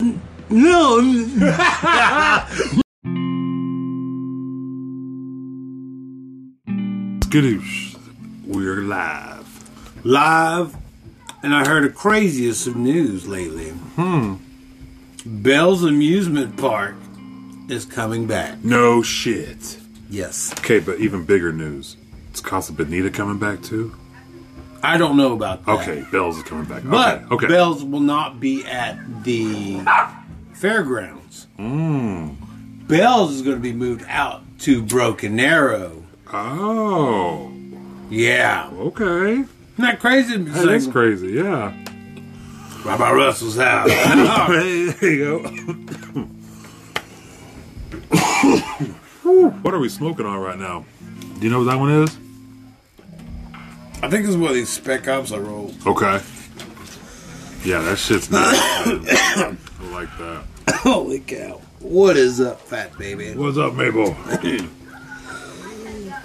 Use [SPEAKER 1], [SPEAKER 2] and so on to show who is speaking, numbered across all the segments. [SPEAKER 1] No. Skadoosh. We're live. Live. And I heard the craziest of news lately. Hmm. Bell's Amusement Park is coming back.
[SPEAKER 2] No shit.
[SPEAKER 1] Yes.
[SPEAKER 2] Okay, but even bigger news. It's Casa Bonita coming back too?
[SPEAKER 1] I don't know about that.
[SPEAKER 2] Okay, Bells is coming back.
[SPEAKER 1] But
[SPEAKER 2] okay, okay.
[SPEAKER 1] Bell's will not be at the fairgrounds. Hmm. Bell's is going to be moved out to Broken Arrow.
[SPEAKER 2] oh,
[SPEAKER 1] Yeah.
[SPEAKER 2] okay.
[SPEAKER 1] Isn't that crazy?
[SPEAKER 2] Hey, that's crazy. Yeah.
[SPEAKER 1] Rabbi Russell's house.
[SPEAKER 2] Hey, there you go. Whew, what are we smoking on right now? Do you know what that one is?
[SPEAKER 1] I think it's one of these spec ops I rolled.
[SPEAKER 2] Okay. Yeah, that shit's nice. I like that.
[SPEAKER 1] Holy cow. What is up, fat baby?
[SPEAKER 2] What's up, Mabel?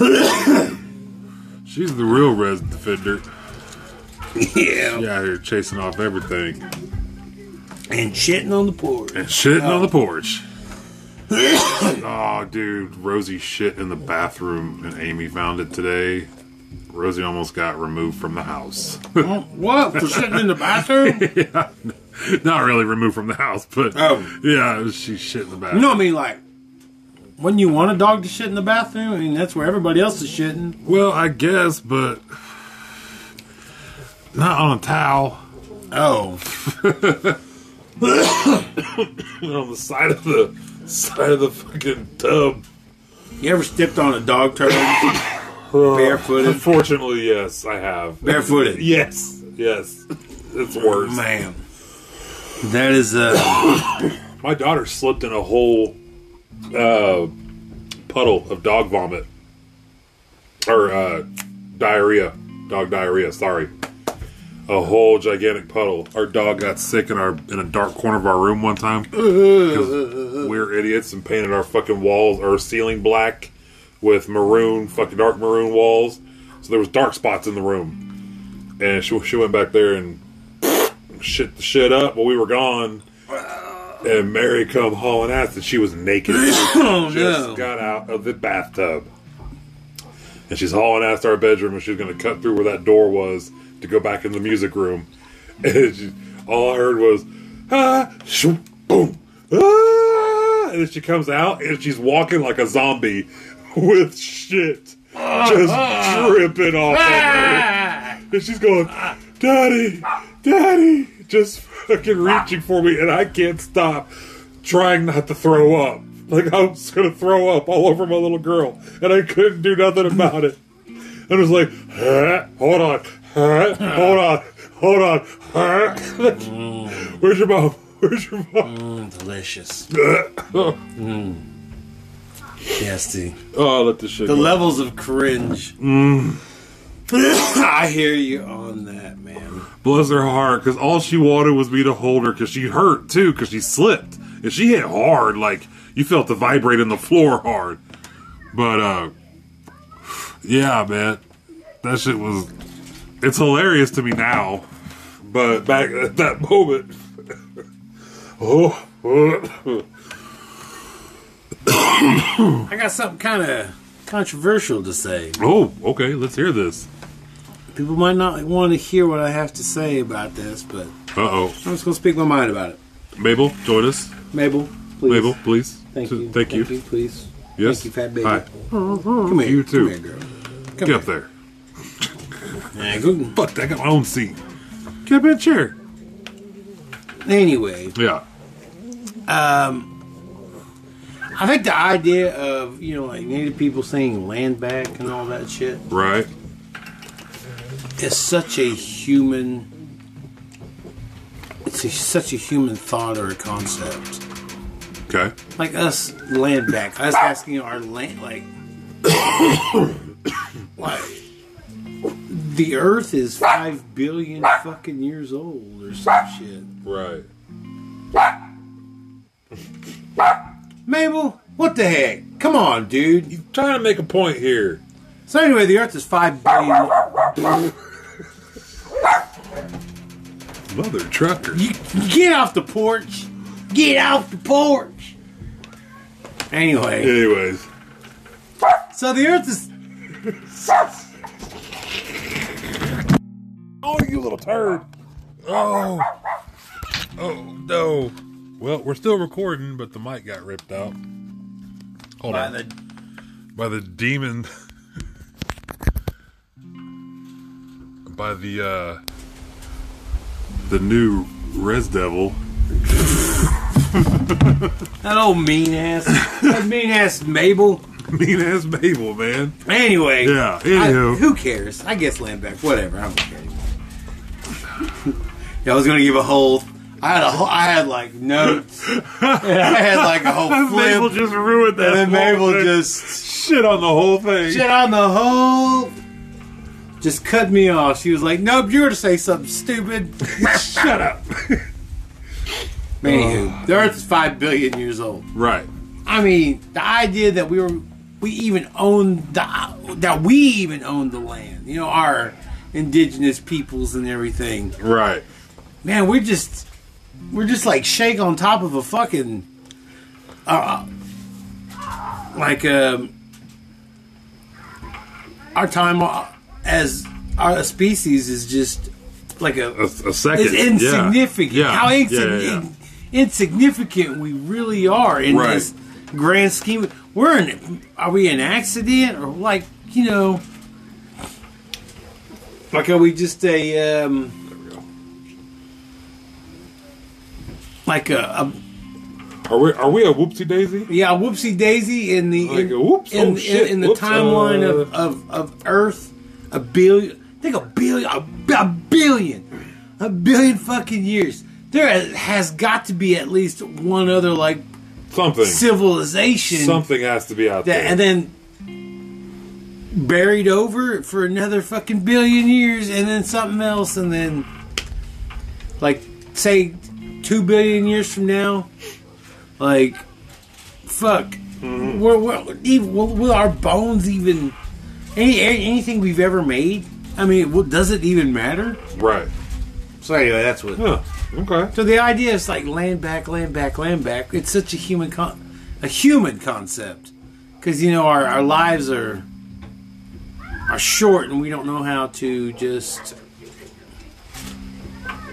[SPEAKER 2] She's the real res defender.
[SPEAKER 1] Yeah.
[SPEAKER 2] She out here chasing off everything
[SPEAKER 1] And shitting on the porch.
[SPEAKER 2] and shitting on the porch. oh, dude, Rosie shit in the bathroom, and Amy found it today. Rosie almost got removed from the house.
[SPEAKER 1] what? For shitting in the bathroom?
[SPEAKER 2] Not really removed from the house, but
[SPEAKER 1] Oh.
[SPEAKER 2] yeah, she shit in the bathroom.
[SPEAKER 1] You know what I mean? Like, wouldn't you want a dog to shit in the bathroom? I mean, that's where everybody else is shitting.
[SPEAKER 2] Well, I guess, but not on a towel.
[SPEAKER 1] Oh.
[SPEAKER 2] on the side of the side of the fucking tub.
[SPEAKER 1] You ever stepped on a dog turd? Barefooted?
[SPEAKER 2] Unfortunately, yes, I have.
[SPEAKER 1] Barefooted.
[SPEAKER 2] Yes, yes, it's worse.
[SPEAKER 1] Man. That is, uh,
[SPEAKER 2] My daughter slipped in a whole uh, puddle of dog vomit or uh, diarrhea, dog diarrhea. Sorry, a whole gigantic puddle. Our dog got sick in our in a dark corner of our room one time. 'Cause we're idiots and painted our fucking walls or ceiling black with maroon, fucking dark maroon walls. So there was dark spots in the room, and she she went back there and shit the shit up while we were gone. And Mary come hauling ass, and she was naked.
[SPEAKER 1] Oh,
[SPEAKER 2] just
[SPEAKER 1] no.
[SPEAKER 2] got out of the bathtub, and she's hauling ass to our bedroom, and she's gonna cut through where that door was to go back in the music room. And she, all I heard was ah, shoo, boom, ah, and then she comes out, and she's walking like a zombie with shit just dripping off of her. And she's going, Daddy, Daddy, just fucking reaching for me, and I can't stop trying not to throw up. Like I was gonna throw up all over my little girl, and I couldn't do nothing about it. And it was like, huh? hold on, huh? hold on, hold on, huh? where's your mom? Where's your mom?
[SPEAKER 1] Mm, delicious. Yes, dude.
[SPEAKER 2] Oh, let this shit
[SPEAKER 1] Mm. The
[SPEAKER 2] go.
[SPEAKER 1] levels of cringe. Mm. I hear you on that, man.
[SPEAKER 2] Bless her heart, because all she wanted was me to hold her, because she hurt too, because she slipped. And she hit hard, like you felt the vibrate in the floor hard. But, uh, yeah, man. That shit was. It's hilarious to me now. But back at that moment. oh, oh,
[SPEAKER 1] I got something kind of controversial to say.
[SPEAKER 2] oh, okay, let's hear this.
[SPEAKER 1] People might not want to hear what I have to say about this, but
[SPEAKER 2] Uh oh.
[SPEAKER 1] I'm just going to speak my mind about it.
[SPEAKER 2] Mabel, join us.
[SPEAKER 1] Mabel, please.
[SPEAKER 2] Mabel, please.
[SPEAKER 1] Thank
[SPEAKER 2] T-
[SPEAKER 1] you.
[SPEAKER 2] Thank, you.
[SPEAKER 1] please.
[SPEAKER 2] Yes.
[SPEAKER 1] Thank you, fat baby. Uh-huh.
[SPEAKER 2] Hi.
[SPEAKER 1] Come here.
[SPEAKER 2] You too.
[SPEAKER 1] Come here, girl. Come
[SPEAKER 2] Get up there.
[SPEAKER 1] here. Yeah, go-
[SPEAKER 2] Fuck, I got my own seat. Get up in a chair.
[SPEAKER 1] Anyway,
[SPEAKER 2] Yeah.
[SPEAKER 1] I think the idea of, you know, like native people saying land back and all that shit
[SPEAKER 2] Right.
[SPEAKER 1] is such a human it's a, such a human thought or a concept.
[SPEAKER 2] Okay.
[SPEAKER 1] like us land back, us asking our land, like, like the Earth is five billion fucking years old or some shit.
[SPEAKER 2] Right.
[SPEAKER 1] Mabel, what the heck? Come on, dude.
[SPEAKER 2] He's trying to make a point here.
[SPEAKER 1] So anyway, the Earth is five billion.
[SPEAKER 2] Mother trucker.
[SPEAKER 1] You, you get off the porch. Get off the porch. Anyway,
[SPEAKER 2] Anyways,
[SPEAKER 1] so the Earth is
[SPEAKER 2] oh you little turd! Oh, oh no! Well, we're still recording, but the mic got ripped out. Hold
[SPEAKER 1] by
[SPEAKER 2] on,
[SPEAKER 1] the
[SPEAKER 2] by the demon, by the uh, the new Res Devil.
[SPEAKER 1] that old mean ass, that mean ass Mabel.
[SPEAKER 2] Mean ass Mabel, man.
[SPEAKER 1] Anyway,
[SPEAKER 2] Yeah,
[SPEAKER 1] I-
[SPEAKER 2] anywho.
[SPEAKER 1] who cares? I guess Lambeck, whatever. I don't care. anymore. yeah, I was gonna give a whole. I had a whole. I had like notes. and I had like a whole
[SPEAKER 2] Mabel
[SPEAKER 1] flip.
[SPEAKER 2] just ruined that.
[SPEAKER 1] And then
[SPEAKER 2] whole
[SPEAKER 1] Mabel
[SPEAKER 2] thing.
[SPEAKER 1] just
[SPEAKER 2] shit on the whole thing.
[SPEAKER 1] shit on the whole. Just cut me off. She was like, "Nope, you were to say something stupid."
[SPEAKER 2] Shut up. Uh,
[SPEAKER 1] Anywho, the Earth is five billion years old.
[SPEAKER 2] right.
[SPEAKER 1] I mean, the idea that we were, we even owned the, that we even owned the land. You know, our indigenous peoples and everything.
[SPEAKER 2] Right.
[SPEAKER 1] Man, we're just, we're just like shake on top of a fucking, uh, like um, our time uh, as our species is just like a
[SPEAKER 2] A, a second.
[SPEAKER 1] it's
[SPEAKER 2] Yeah.
[SPEAKER 1] insignificant.
[SPEAKER 2] Yeah.
[SPEAKER 1] How
[SPEAKER 2] Yeah,
[SPEAKER 1] insign-
[SPEAKER 2] yeah, yeah.
[SPEAKER 1] insignificant we really are in
[SPEAKER 2] Right.
[SPEAKER 1] this grand scheme. of- We're in. Are we an accident or like you know? Like are we just a um, like a,
[SPEAKER 2] Are we are we a whoopsie daisy?
[SPEAKER 1] a yeah whoopsie daisy in the
[SPEAKER 2] Like
[SPEAKER 1] in,
[SPEAKER 2] a whoops,
[SPEAKER 1] in,
[SPEAKER 2] oh, shit,
[SPEAKER 1] in, in the
[SPEAKER 2] whoops,
[SPEAKER 1] timeline
[SPEAKER 2] uh,
[SPEAKER 1] of, of of Earth a billion think a billion a, b- a billion a billion fucking years there has got to be at least one other like
[SPEAKER 2] Something.
[SPEAKER 1] civilization
[SPEAKER 2] Something has to be out
[SPEAKER 1] that
[SPEAKER 2] there.
[SPEAKER 1] and then buried over for another fucking billion years and then something else and then like say 2 billion years from now like fuck where, where, even, will, will our bones even any anything we've ever made i mean well, does it even matter
[SPEAKER 2] right.
[SPEAKER 1] so anyway that's what
[SPEAKER 2] Huh. Okay.
[SPEAKER 1] so the idea is like land back, land back, land back. It's such a human con- a human concept because you know our, our lives are are short and we don't know how to just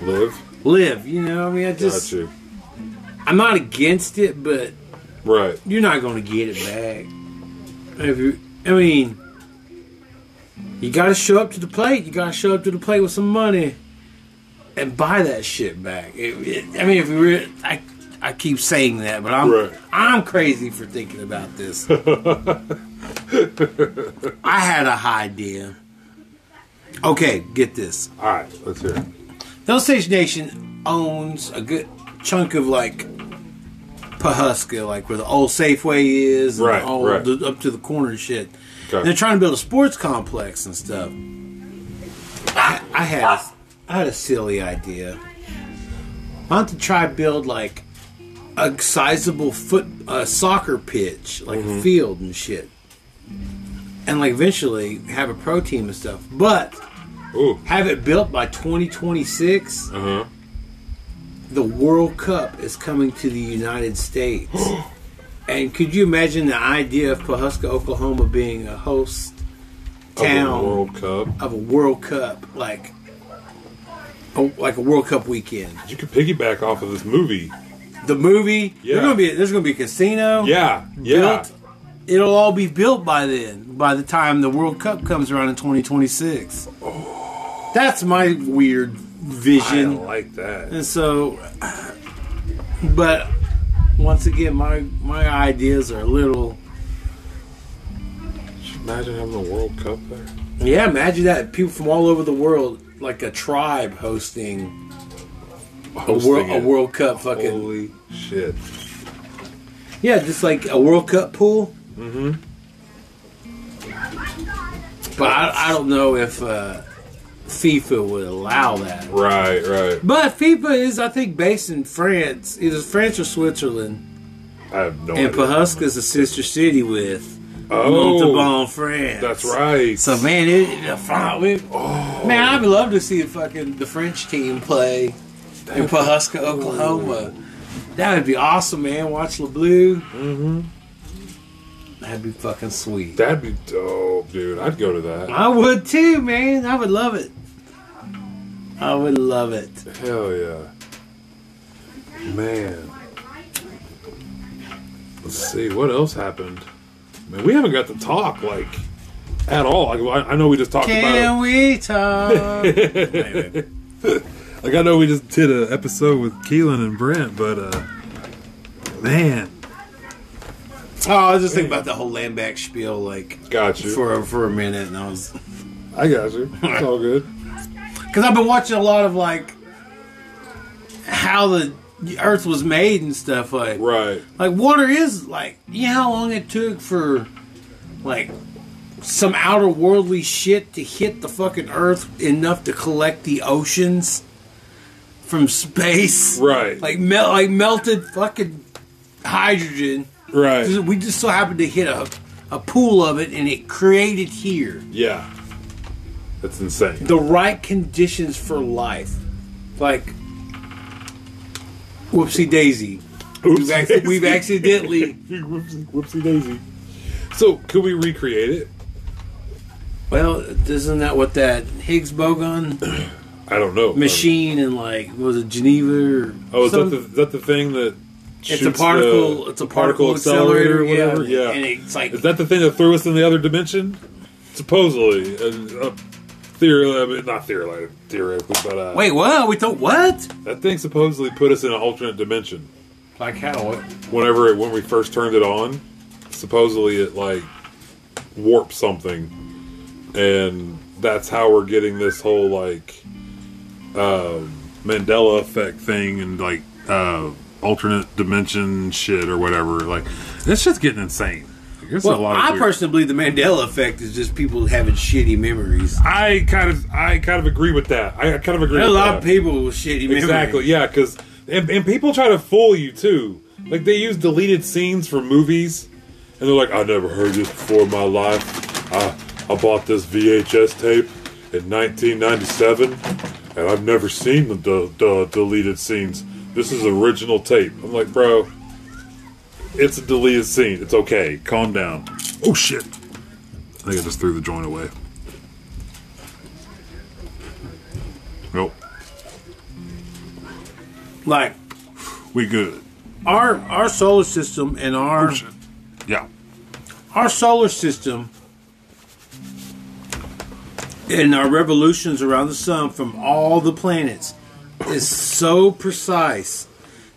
[SPEAKER 2] Live.
[SPEAKER 1] live. You know, I mean, I just
[SPEAKER 2] Got you.
[SPEAKER 1] I'm not against it, but
[SPEAKER 2] Right.
[SPEAKER 1] you're not going to get it back. If you, I mean, you got to show up to the plate. You got to show up to the plate with some money and buy that shit back. It- it- I mean, if we were, I, I keep saying that, but I'm,
[SPEAKER 2] Right.
[SPEAKER 1] I'm crazy for thinking about this. I had a idea. Okay, get this.
[SPEAKER 2] All right. Let's hear. it.
[SPEAKER 1] The Osage Nation owns a good chunk of like Pahuska, like where the old Safeway is, and
[SPEAKER 2] Right,
[SPEAKER 1] all
[SPEAKER 2] right.
[SPEAKER 1] the- up to the corner and shit.
[SPEAKER 2] Okay.
[SPEAKER 1] They're trying to build a sports complex and stuff. I, I had a, I had a silly idea. Why don't they try build like a sizable foot uh, soccer pitch, like
[SPEAKER 2] Mm-hmm.
[SPEAKER 1] a field and shit, and like eventually have a pro team and stuff, but
[SPEAKER 2] Ooh.
[SPEAKER 1] have it built by 2026.
[SPEAKER 2] Uh huh.
[SPEAKER 1] The World Cup is coming to the United States. and could you imagine the idea of Pahuska, Oklahoma being a host town
[SPEAKER 2] World Cup.
[SPEAKER 1] of a World Cup like a, like a World Cup weekend?
[SPEAKER 2] You could piggyback off of this movie.
[SPEAKER 1] The movie,
[SPEAKER 2] Yeah.
[SPEAKER 1] there's gonna be there's gonna be a casino.
[SPEAKER 2] Yeah. Yeah.
[SPEAKER 1] Built. It'll all be built by then, by the time the World Cup comes around in 2026. That's my weird
[SPEAKER 2] Oh. I
[SPEAKER 1] vision.
[SPEAKER 2] like that.
[SPEAKER 1] And so, but once again, my my ideas are a little.
[SPEAKER 2] Imagine having the World Cup there.
[SPEAKER 1] Yeah, imagine that people from all over the world, like a tribe, hosting a world
[SPEAKER 2] Hosting
[SPEAKER 1] a
[SPEAKER 2] it.
[SPEAKER 1] World Cup fucking.
[SPEAKER 2] Holy shit.
[SPEAKER 1] Yeah, just like a World Cup pool. Mm-hmm. But I, I don't know if uh, FIFA would allow that.
[SPEAKER 2] Right. Right.
[SPEAKER 1] But FIFA is, I think, based in France, either France or Switzerland,
[SPEAKER 2] I have no
[SPEAKER 1] and
[SPEAKER 2] idea.
[SPEAKER 1] Pahuska is a sister city with.
[SPEAKER 2] oh.
[SPEAKER 1] Montalban, France.
[SPEAKER 2] That's right.
[SPEAKER 1] So man, it, the front, we,
[SPEAKER 2] Oh,
[SPEAKER 1] man, I'd love to see the fucking the French team play in Pahuska, Oklahoma. That would be awesome, man. Watch LeBlue. Mm-hmm. That'd be fucking sweet.
[SPEAKER 2] That'd be dope, dude. I'd go to that.
[SPEAKER 1] I would too, man. I would love it. I would love it.
[SPEAKER 2] Hell yeah. Man. Let's see, what else happened? Man, we haven't got to talk, like, at all. Like, I, I know we just talked
[SPEAKER 1] Can
[SPEAKER 2] about
[SPEAKER 1] we talk?
[SPEAKER 2] it. like, I know we just did an episode with Keelan and Brent, but, uh, man.
[SPEAKER 1] Oh, I was just thinking about the whole Lambeck spiel, like
[SPEAKER 2] Got you.
[SPEAKER 1] for for a minute, and I was
[SPEAKER 2] I got you. It's all good.
[SPEAKER 1] because I've been watching a lot of like how the Earth was made and stuff like
[SPEAKER 2] Right.
[SPEAKER 1] like water is like you know how long it took for like some outer worldly shit to hit the fucking Earth enough to collect the oceans from space,
[SPEAKER 2] Right.
[SPEAKER 1] Like melt like melted fucking hydrogen.
[SPEAKER 2] Right.
[SPEAKER 1] We just so happened to hit a, a pool of it and it created here
[SPEAKER 2] Yeah. That's insane.
[SPEAKER 1] the right conditions for life. Like, whoopsie daisy. We've, ac- we've accidentally.
[SPEAKER 2] whoopsie, whoopsie daisy. So, could we recreate it?
[SPEAKER 1] Well, isn't that what that Higgs boson
[SPEAKER 2] I don't know. Um,
[SPEAKER 1] machine in like what was it Geneva? Or
[SPEAKER 2] Oh, is that
[SPEAKER 1] some-
[SPEAKER 2] the, is that the thing that
[SPEAKER 1] it's a
[SPEAKER 2] shoots
[SPEAKER 1] particle.
[SPEAKER 2] the
[SPEAKER 1] it's a particle, accelerator, or whatever. Yeah, and it's like
[SPEAKER 2] Is that the thing that threw us in the other dimension? Supposedly, uh, uh, theoretically, I mean, not theoretically, theoretically, but uh,
[SPEAKER 1] wait, what? We thought what?
[SPEAKER 2] that thing supposedly put us in an alternate dimension.
[SPEAKER 1] Like how? What?
[SPEAKER 2] Whenever it, when we first turned it on, supposedly it like warped something, and that's how we're getting this whole like um, Mandela effect thing and like uh, alternate dimension shit or whatever. Like, this shit's getting insane. Like, there's a
[SPEAKER 1] Well,
[SPEAKER 2] lot of
[SPEAKER 1] I
[SPEAKER 2] weird-
[SPEAKER 1] personally believe the Mandela effect is just people having shitty memories.
[SPEAKER 2] I kind of I kind of agree with that. I kind of agree.
[SPEAKER 1] There are a
[SPEAKER 2] with
[SPEAKER 1] lot
[SPEAKER 2] that.
[SPEAKER 1] of people with shitty memories.
[SPEAKER 2] Exactly. Yeah, because and, and people try to fool you too. Like they use deleted scenes from movies, and they're like, "I never heard this before in my life. I I bought this VHS tape in 1997, and I've never seen the, the, the deleted scenes. This is original tape." I'm like, "Bro, it's a deleted scene. It's okay. Calm down." Oh shit! I think I just threw the joint away. Nope.
[SPEAKER 1] Like
[SPEAKER 2] We good.
[SPEAKER 1] our our solar system and our
[SPEAKER 2] Yeah.
[SPEAKER 1] our solar system and our revolutions around the sun from all the planets is so precise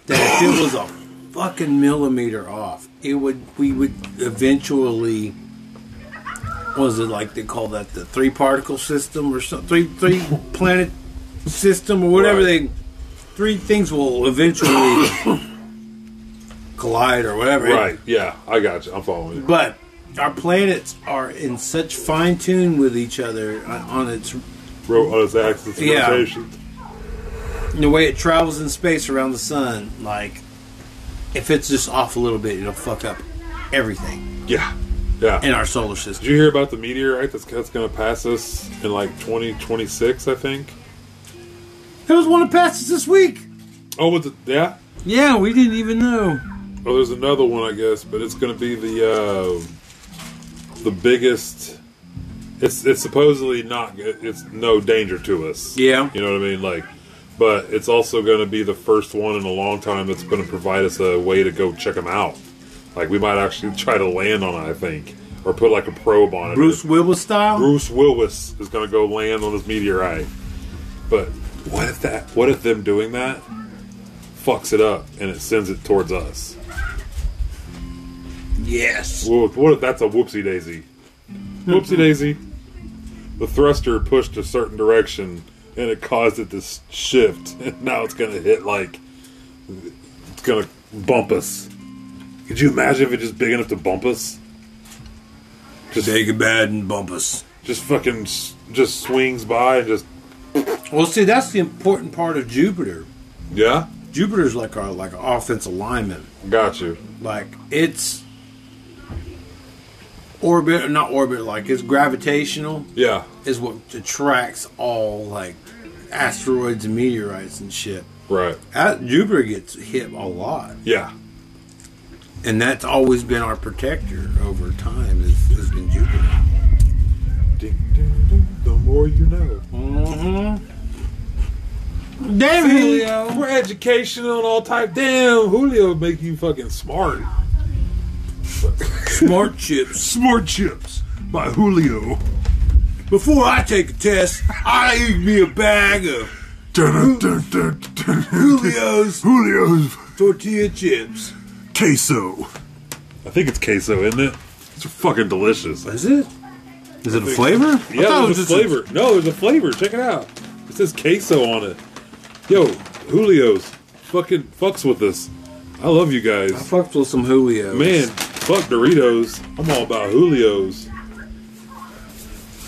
[SPEAKER 1] that if it was a fucking millimeter off, it would we would eventually what is it like they call that the three particle system or something three three planet system or whatever
[SPEAKER 2] Right.
[SPEAKER 1] they three things will eventually collide or whatever.
[SPEAKER 2] Right. Yeah. I got you. I'm following you.
[SPEAKER 1] But our planets are in such fine tune with each other uh, on on its
[SPEAKER 2] Wrote on its axis of
[SPEAKER 1] Yeah.
[SPEAKER 2] rotation.
[SPEAKER 1] the way it travels in space around the sun. Like, if it's just off a little bit, it'll fuck up everything
[SPEAKER 2] Yeah. Yeah.
[SPEAKER 1] in our solar
[SPEAKER 2] Did
[SPEAKER 1] system.
[SPEAKER 2] you hear about the meteorite that's, that's going to pass us in like 2026? I think.
[SPEAKER 1] There was one that passed us this week.
[SPEAKER 2] Oh, was it? Yeah.
[SPEAKER 1] Yeah, we didn't even know.
[SPEAKER 2] Oh, there's another one, I guess, but it's going to be the uh, the biggest. It's it's supposedly not. It's no danger to us.
[SPEAKER 1] Yeah.
[SPEAKER 2] You know what I mean? Like, but it's also going to be the first one in a long time that's going to provide us a way to go check them out. Like, we might actually try to land on it. I think, or put like a probe on it.
[SPEAKER 1] Bruce Willis style.
[SPEAKER 2] Bruce Willis is going to go land on this meteorite. But what if that? What if them doing that fucks it up and it sends it towards us?
[SPEAKER 1] Yes.
[SPEAKER 2] Well, what if that's a whoopsie daisy? Whoopsie daisy. The thruster pushed a certain direction and it caused it to s- shift, and now it's gonna hit like it's gonna bump us. Could you imagine if it's just big enough to bump us? Just
[SPEAKER 1] Take a bad and bump us.
[SPEAKER 2] just fucking s- just swings by and just
[SPEAKER 1] Well, see, that's the important part of Jupiter.
[SPEAKER 2] yeah,
[SPEAKER 1] Jupiter's like our like our offensive lineman.
[SPEAKER 2] got you.
[SPEAKER 1] like it's orbit not orbit like it's gravitational
[SPEAKER 2] Yeah,
[SPEAKER 1] is what attracts all like asteroids and meteorites and shit
[SPEAKER 2] Right.
[SPEAKER 1] Uh, Jupiter gets hit a lot,
[SPEAKER 2] Yeah.
[SPEAKER 1] and that's always been our protector over time. Is, has been Jupiter.
[SPEAKER 2] Ding, ding, ding. The more you know.
[SPEAKER 1] Damn
[SPEAKER 2] We're educational and all type. Damn, Julio make you fucking smart.
[SPEAKER 1] Smart chips.
[SPEAKER 2] Smart chips by Julio.
[SPEAKER 1] Before I take a test, I eat me a bag of Julio's
[SPEAKER 2] Julio's
[SPEAKER 1] tortilla chips.
[SPEAKER 2] queso. I think it's queso, isn't it? It's fucking delicious.
[SPEAKER 1] Is it? Is it a flavor? I
[SPEAKER 2] Yeah,
[SPEAKER 1] thought it
[SPEAKER 2] there's a
[SPEAKER 1] just
[SPEAKER 2] flavor. No, there's a flavor. Check it out. It says queso on it. Yo, Julio's fucking fucks with us. I love you
[SPEAKER 1] I
[SPEAKER 2] guys.
[SPEAKER 1] fucked with some Julio.
[SPEAKER 2] Man, fuck Doritos. I'm all about Julio's.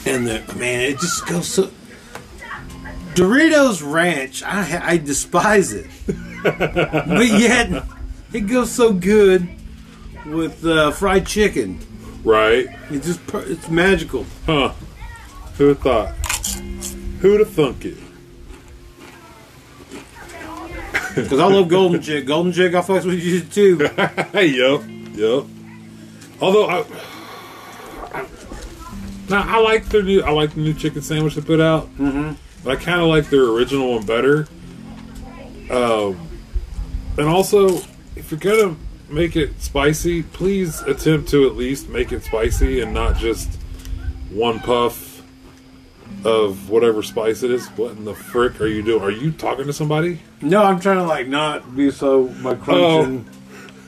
[SPEAKER 1] and the man, it just goes so. Doritos Ranch, I ha- I despise it, but yet it goes so good with uh, fried chicken.
[SPEAKER 2] Right?
[SPEAKER 1] It just per- it's magical.
[SPEAKER 2] Huh. Who'd have thought? Who'd have thunk it?
[SPEAKER 1] Cause I love Golden Chick. Golden Chick, I fucks with you too.
[SPEAKER 2] Hey, yup, yup. Although I, now I like their new, I like the new chicken sandwich they put out. Mm-hmm. But I kind of like their original one better. Um, and also, if you're gonna make it spicy, please attempt to at least make it spicy and not just one puff of whatever spice it is. What in the frick are you doing? Are you talking to somebody?
[SPEAKER 1] No, I'm trying to like not be so my crunching.
[SPEAKER 2] Oh.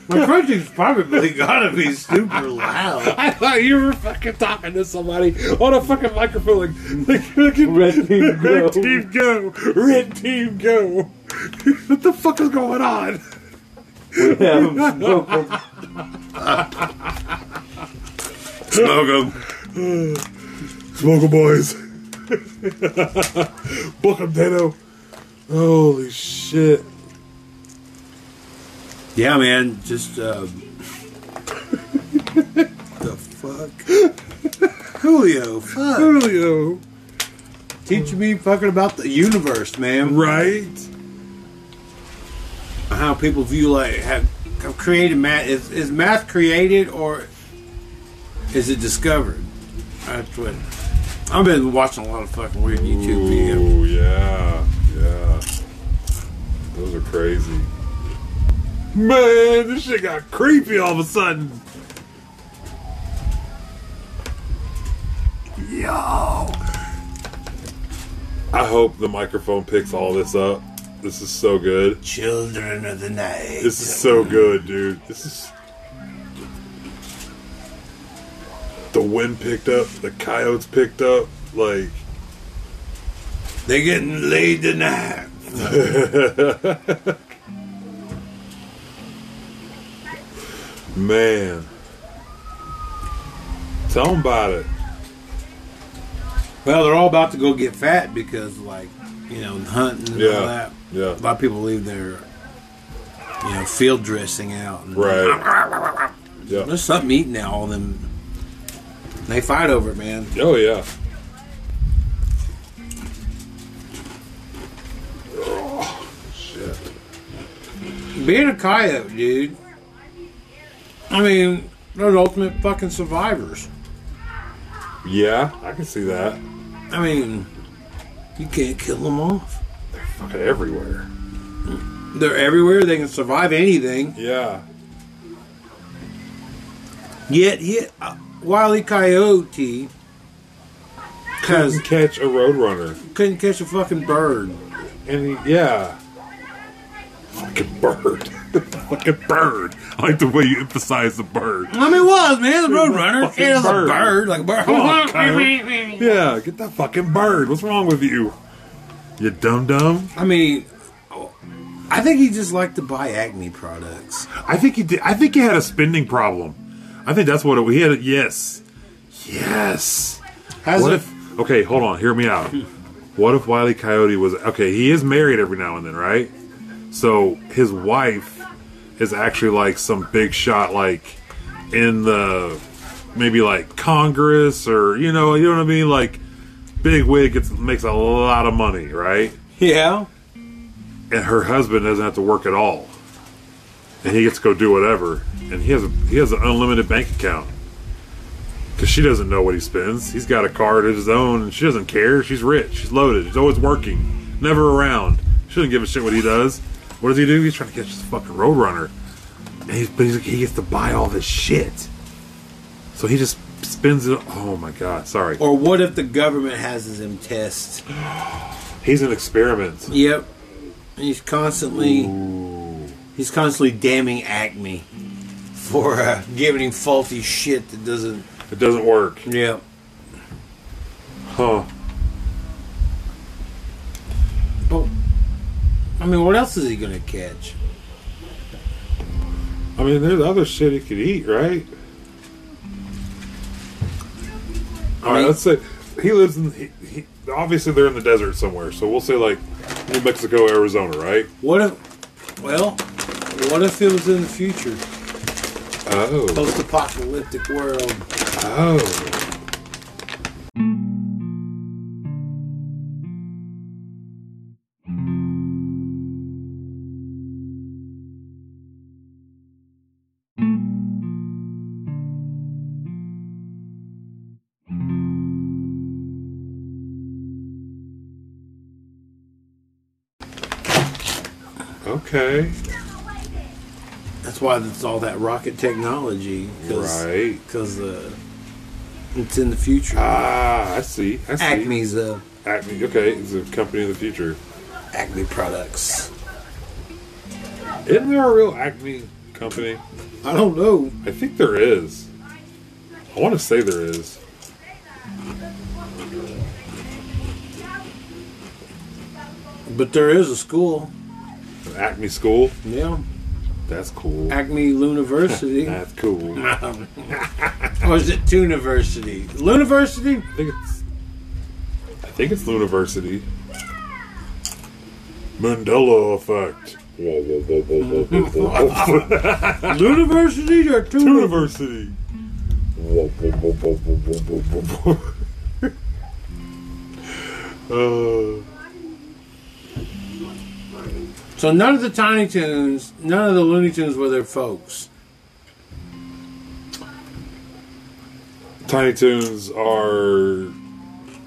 [SPEAKER 1] My crunching's probably gotta be super loud.
[SPEAKER 2] I thought you were fucking talking to somebody on a fucking microphone. Like, like, like
[SPEAKER 1] Red team
[SPEAKER 2] red
[SPEAKER 1] go.
[SPEAKER 2] team go, red team go. what the fuck is going on?
[SPEAKER 1] Yeah,
[SPEAKER 2] Smoke them, smoke them, boys. Book them, Dano. Holy shit!
[SPEAKER 1] yeah man, just uh, the fuck, Julio. Fuck.
[SPEAKER 2] Julio,
[SPEAKER 1] Teach me fucking about the universe, man.
[SPEAKER 2] right?
[SPEAKER 1] How people view like have, have created math. Is, is math created or is it discovered? That's what. I've been watching a lot of fucking weird YouTube videos.
[SPEAKER 2] Ooh, yeah, yeah. Those are crazy. Man, this shit got creepy all of a sudden. Yo. I hope the microphone picks all this up. This is so good.
[SPEAKER 1] Children of the night.
[SPEAKER 2] This is so good, dude. This is. The wind picked up, the coyotes picked up, like.
[SPEAKER 1] They're getting laid tonight.
[SPEAKER 2] Man. Tell them about it.
[SPEAKER 1] Well, they're all about to go get fat because, like, you know, hunting and all
[SPEAKER 2] Yeah.
[SPEAKER 1] that.
[SPEAKER 2] Yeah.
[SPEAKER 1] A lot of people leave their, you know, field dressing out. And
[SPEAKER 2] Right. Yeah.
[SPEAKER 1] There's something eating now. All them. They fight over it, man.
[SPEAKER 2] Oh, yeah.
[SPEAKER 1] Being a coyote, dude. I mean, they're the ultimate fucking survivors.
[SPEAKER 2] Yeah, I can see that.
[SPEAKER 1] I mean, you can't kill them off.
[SPEAKER 2] Fucking everywhere.
[SPEAKER 1] They're everywhere. They can survive anything.
[SPEAKER 2] Yeah.
[SPEAKER 1] Yet, yet uh, Wiley Coyote
[SPEAKER 2] Couldn't
[SPEAKER 1] cause,
[SPEAKER 2] catch a roadrunner.
[SPEAKER 1] couldn't catch a fucking bird.
[SPEAKER 2] And he, yeah. Fucking bird. fucking bird. I like the way you emphasize the bird.
[SPEAKER 1] I mean, it was, man. The Roadrunner.
[SPEAKER 2] Fucking
[SPEAKER 1] It was
[SPEAKER 2] bird.
[SPEAKER 1] a bird. Like a bird.
[SPEAKER 2] Come on, coyote. Yeah, get that fucking bird. What's wrong with you? You dumb dumb?
[SPEAKER 1] I mean, I think he just liked to buy Acme products.
[SPEAKER 2] I think he did. I think he had a spending problem. I think that's what it, he had. a- Yes, yes.
[SPEAKER 1] How's
[SPEAKER 2] what
[SPEAKER 1] it-
[SPEAKER 2] if? Okay, hold on. Hear me out. What if Wiley Coyote was okay? He is married every now and then, right? So his wife is actually like some big shot, like in the maybe like Congress or you know, you know what I mean, like big wig gets makes a lot of money, right?
[SPEAKER 1] Yeah.
[SPEAKER 2] and her husband doesn't have to work at all, and he gets to go do whatever, and he has a, he has an unlimited bank account because she doesn't know what he spends. He's got a car of his own, and she doesn't care. She's rich. She's loaded. She's always working, never around. She doesn't give a shit what he does. What does he do? He's trying to catch this fucking roadrunner, and he's, but he's, he gets to buy all this shit. So he just spends it. Oh my god! Sorry,
[SPEAKER 1] Or what if the government has him test?
[SPEAKER 2] he's an experiment.
[SPEAKER 1] Yep. He's constantly he's constantly damning Acme for uh, giving him faulty shit that doesn't.
[SPEAKER 2] It doesn't work.
[SPEAKER 1] Yeah.
[SPEAKER 2] Huh.
[SPEAKER 1] But I mean, what else is he gonna catch?
[SPEAKER 2] I mean, there's other shit he could eat, right? All right,
[SPEAKER 1] mean-
[SPEAKER 2] let's say he lives in. He, he, obviously, they're in the desert somewhere, so we'll say like New Mexico, Arizona, right?
[SPEAKER 1] What if? Well, what if it was in the future,
[SPEAKER 2] Oh,
[SPEAKER 1] post-apocalyptic world?
[SPEAKER 2] oh, okay,
[SPEAKER 1] That's why it's all that rocket technology, because
[SPEAKER 2] right.
[SPEAKER 1] uh, it's in the future.
[SPEAKER 2] Ah, I see. I see.
[SPEAKER 1] Acme's uh,
[SPEAKER 2] Acme. Okay, it's a company of the future.
[SPEAKER 1] Acme products.
[SPEAKER 2] Isn't there a real Acme company?
[SPEAKER 1] I don't know.
[SPEAKER 2] I think there is. I want to say there is.
[SPEAKER 1] But there is a school.
[SPEAKER 2] An Acme School.
[SPEAKER 1] Yeah.
[SPEAKER 2] That's cool.
[SPEAKER 1] Acme University.
[SPEAKER 2] That's cool. I
[SPEAKER 1] or is it University? Luniversity?
[SPEAKER 2] think it's. I think it's Luniversity. Mandela effect. Whoa, whoa, whoa, whoa, whoa, whoa, whoa, whoa.
[SPEAKER 1] Luniversity or two?
[SPEAKER 2] University. Whoa, whoa, whoa, whoa, whoa, whoa, whoa, whoa. uh,
[SPEAKER 1] So none of the Tiny Toons, none of the Looney Tunes were their folks.
[SPEAKER 2] Tiny Toons are.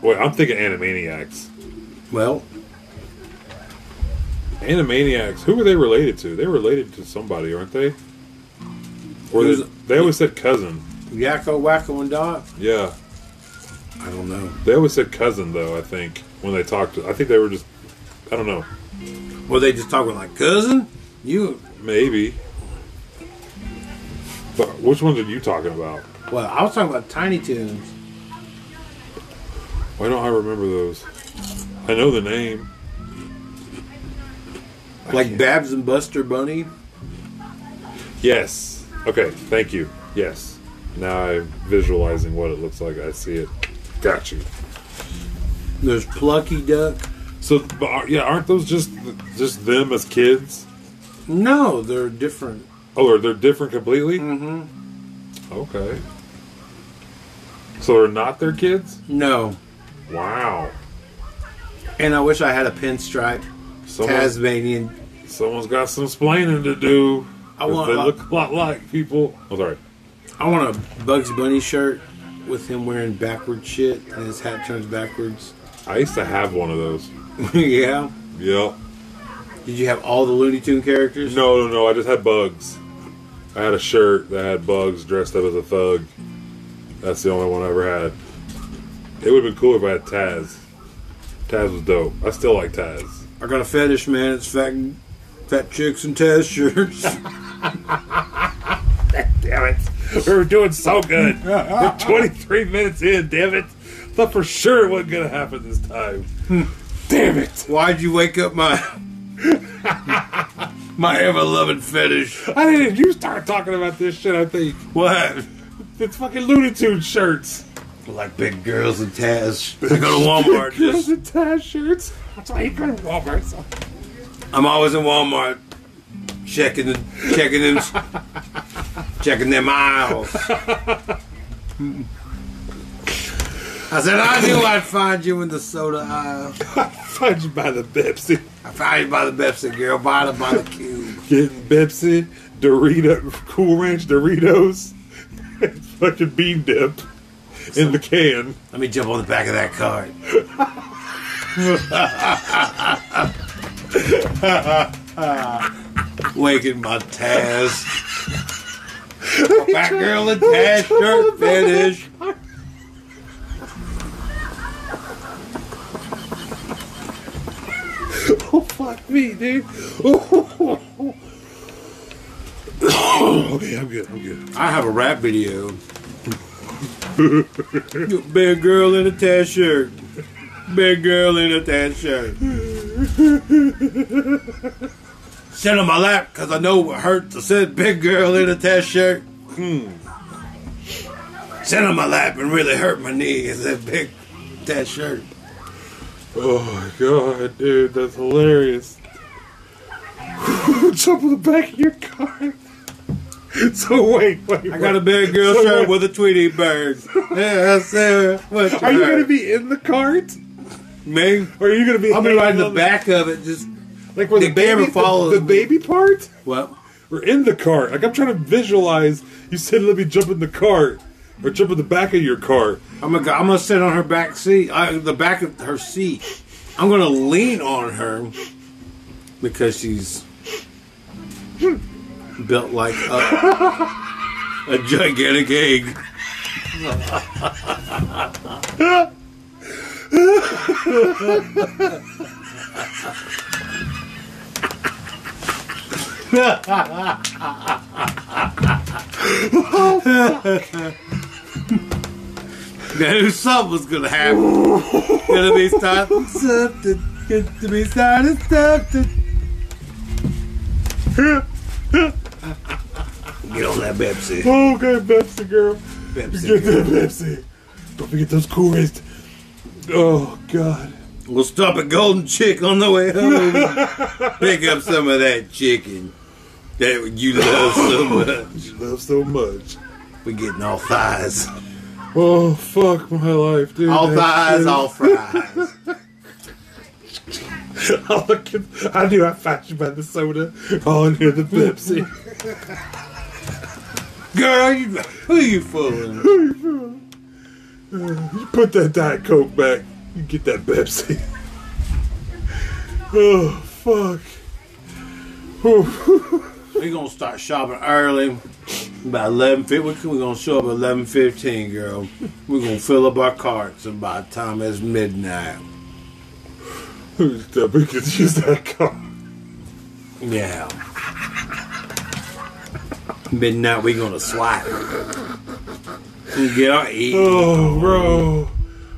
[SPEAKER 2] Wait, I'm thinking Animaniacs.
[SPEAKER 1] Well,
[SPEAKER 2] Animaniacs. Who were they related to? They were related to somebody, aren't they? Or
[SPEAKER 1] Who's-
[SPEAKER 2] they, they always said cousin.
[SPEAKER 1] Yakko, Wacko, and Dot?
[SPEAKER 2] Yeah,
[SPEAKER 1] I don't know.
[SPEAKER 2] they always said cousin though. I think when they talked, I think they were just. I don't know.
[SPEAKER 1] Were they just talking like, cousin? You.
[SPEAKER 2] Maybe. But which ones are you talking about?
[SPEAKER 1] Well, I was talking about Tiny Toons.
[SPEAKER 2] Why don't I remember those? I know the name.
[SPEAKER 1] Like Babs and Buster Bunny.
[SPEAKER 2] Yes. Okay. Thank you. Yes. Now I'm visualizing what it looks like. I see it. Got you.
[SPEAKER 1] There's Plucky Duck.
[SPEAKER 2] So, but are- yeah, aren't those just just them as kids?
[SPEAKER 1] No, they're different.
[SPEAKER 2] Oh, they're, they're different completely? Mm-hmm. Okay. So they're not their kids?
[SPEAKER 1] No.
[SPEAKER 2] Wow.
[SPEAKER 1] And I wish I had a pinstripe
[SPEAKER 2] Someone,
[SPEAKER 1] Tasmanian
[SPEAKER 2] someone's got some splaining to do.
[SPEAKER 1] I
[SPEAKER 2] 'Cause
[SPEAKER 1] want-
[SPEAKER 2] they look a lot like people. Oh, sorry.
[SPEAKER 1] I want a Bugs Bunny shirt with him wearing backward shit and his hat turns backwards.
[SPEAKER 2] I used to have one of those.
[SPEAKER 1] yeah.
[SPEAKER 2] Yeah.
[SPEAKER 1] Did you have all the Looney Tune characters?
[SPEAKER 2] No, no, no. I just had bugs. I had a shirt that had bugs dressed up as a thug. That's the only one I ever had. It would have been cool if I had Taz. Taz was dope. I still like Taz.
[SPEAKER 1] I got a fetish, man. It's fat, fat chicks and test shirts.
[SPEAKER 2] Damn it. We were doing so good. We're 23 minutes in, damn it. Thought for sure it wasn't going to happen this time. damn it.
[SPEAKER 1] Why'd you wake up my my ever loving fetish?
[SPEAKER 2] I didn't you start talking about this shit, I think.
[SPEAKER 1] What?
[SPEAKER 2] It's fucking Looney Tunes shirts.
[SPEAKER 1] Like big girls and Taz. I go to Walmart.
[SPEAKER 2] Girls
[SPEAKER 1] Just,
[SPEAKER 2] and Taz shirts. That's why you go to Walmart. So.
[SPEAKER 1] I'm always in Walmart, checking the, checking them checking them aisles. I said I knew I'd find you in the soda aisle.
[SPEAKER 2] Fudge by the Pepsi.
[SPEAKER 1] I found you by the Pepsi girl, bottom by the cube.
[SPEAKER 2] Getting Pepsi, Dorito, Cool Ranch Doritos, and fucking bean dip in the can.
[SPEAKER 1] Let me jump on the back of that cart. Waking my Taz. Back girl and Taz shirt finish.
[SPEAKER 2] Oh fuck me, dude. okay, Oh, I'm good. I'm good.
[SPEAKER 1] I have a rap video. Big girl in a Taz shirt. Big girl in a Taz shirt. Sit on my lap because I know it hurts. I said big girl in a Taz shirt. Hmm. Sit on my lap and really hurt my knee. I said big Taz shirt.
[SPEAKER 2] Oh my god, dude, that's hilarious. Jump on the back of your car. So wait, wait.
[SPEAKER 1] I got a big girl
[SPEAKER 2] So
[SPEAKER 1] shirt
[SPEAKER 2] wait.
[SPEAKER 1] with a Tweety bird. Yeah, I said, what
[SPEAKER 2] Are you gonna
[SPEAKER 1] heard?
[SPEAKER 2] be in the cart?
[SPEAKER 1] me?
[SPEAKER 2] Or are you gonna be?
[SPEAKER 1] I'll be right in the
[SPEAKER 2] on
[SPEAKER 1] back of it. Just
[SPEAKER 2] like where
[SPEAKER 1] The
[SPEAKER 2] the,
[SPEAKER 1] camera
[SPEAKER 2] baby
[SPEAKER 1] follows
[SPEAKER 2] The, the
[SPEAKER 1] me.
[SPEAKER 2] baby part.
[SPEAKER 1] what?
[SPEAKER 2] We're in the cart. Like I'm trying to visualize. You said, "Let me jump in the cart," or jump in the back of your cart.
[SPEAKER 1] I'm gonna, I'm gonna sit on her back seat, uh, the back of her seat. I'm gonna lean on her because she's built like a, a gigantic egg. I knew something was gonna happen. gonna be starting something. Gonna be starting something. Get on that Pepsi.
[SPEAKER 2] Oh, good Pepsi girl. Get
[SPEAKER 1] Pepsi.
[SPEAKER 2] that Pepsi. Don't forget those cool rays. Oh God.
[SPEAKER 1] We'll stop at Golden Chick on the way home. Pick up some of that chicken that you love so much.
[SPEAKER 2] You love so much.
[SPEAKER 1] We're getting all thighs.
[SPEAKER 2] Oh fuck my life, dude.
[SPEAKER 1] All
[SPEAKER 2] That
[SPEAKER 1] thighs,
[SPEAKER 2] shit.
[SPEAKER 1] all fries.
[SPEAKER 2] I look at- I knew I found you by the soda. Oh, I knew the Pepsi.
[SPEAKER 1] Girl, you, who you fooling?
[SPEAKER 2] Put that Diet Coke back. You get that Pepsi. oh, fuck.
[SPEAKER 1] We're gonna start shopping early. About eleven fifteen, we're gonna show up at eleven fifteen, girl. We're gonna fill up our carts, and by the time it's midnight,
[SPEAKER 2] Who's that? We could use that car.
[SPEAKER 1] yeah, midnight we're gonna swipe. We get our eat.
[SPEAKER 2] Oh, bro.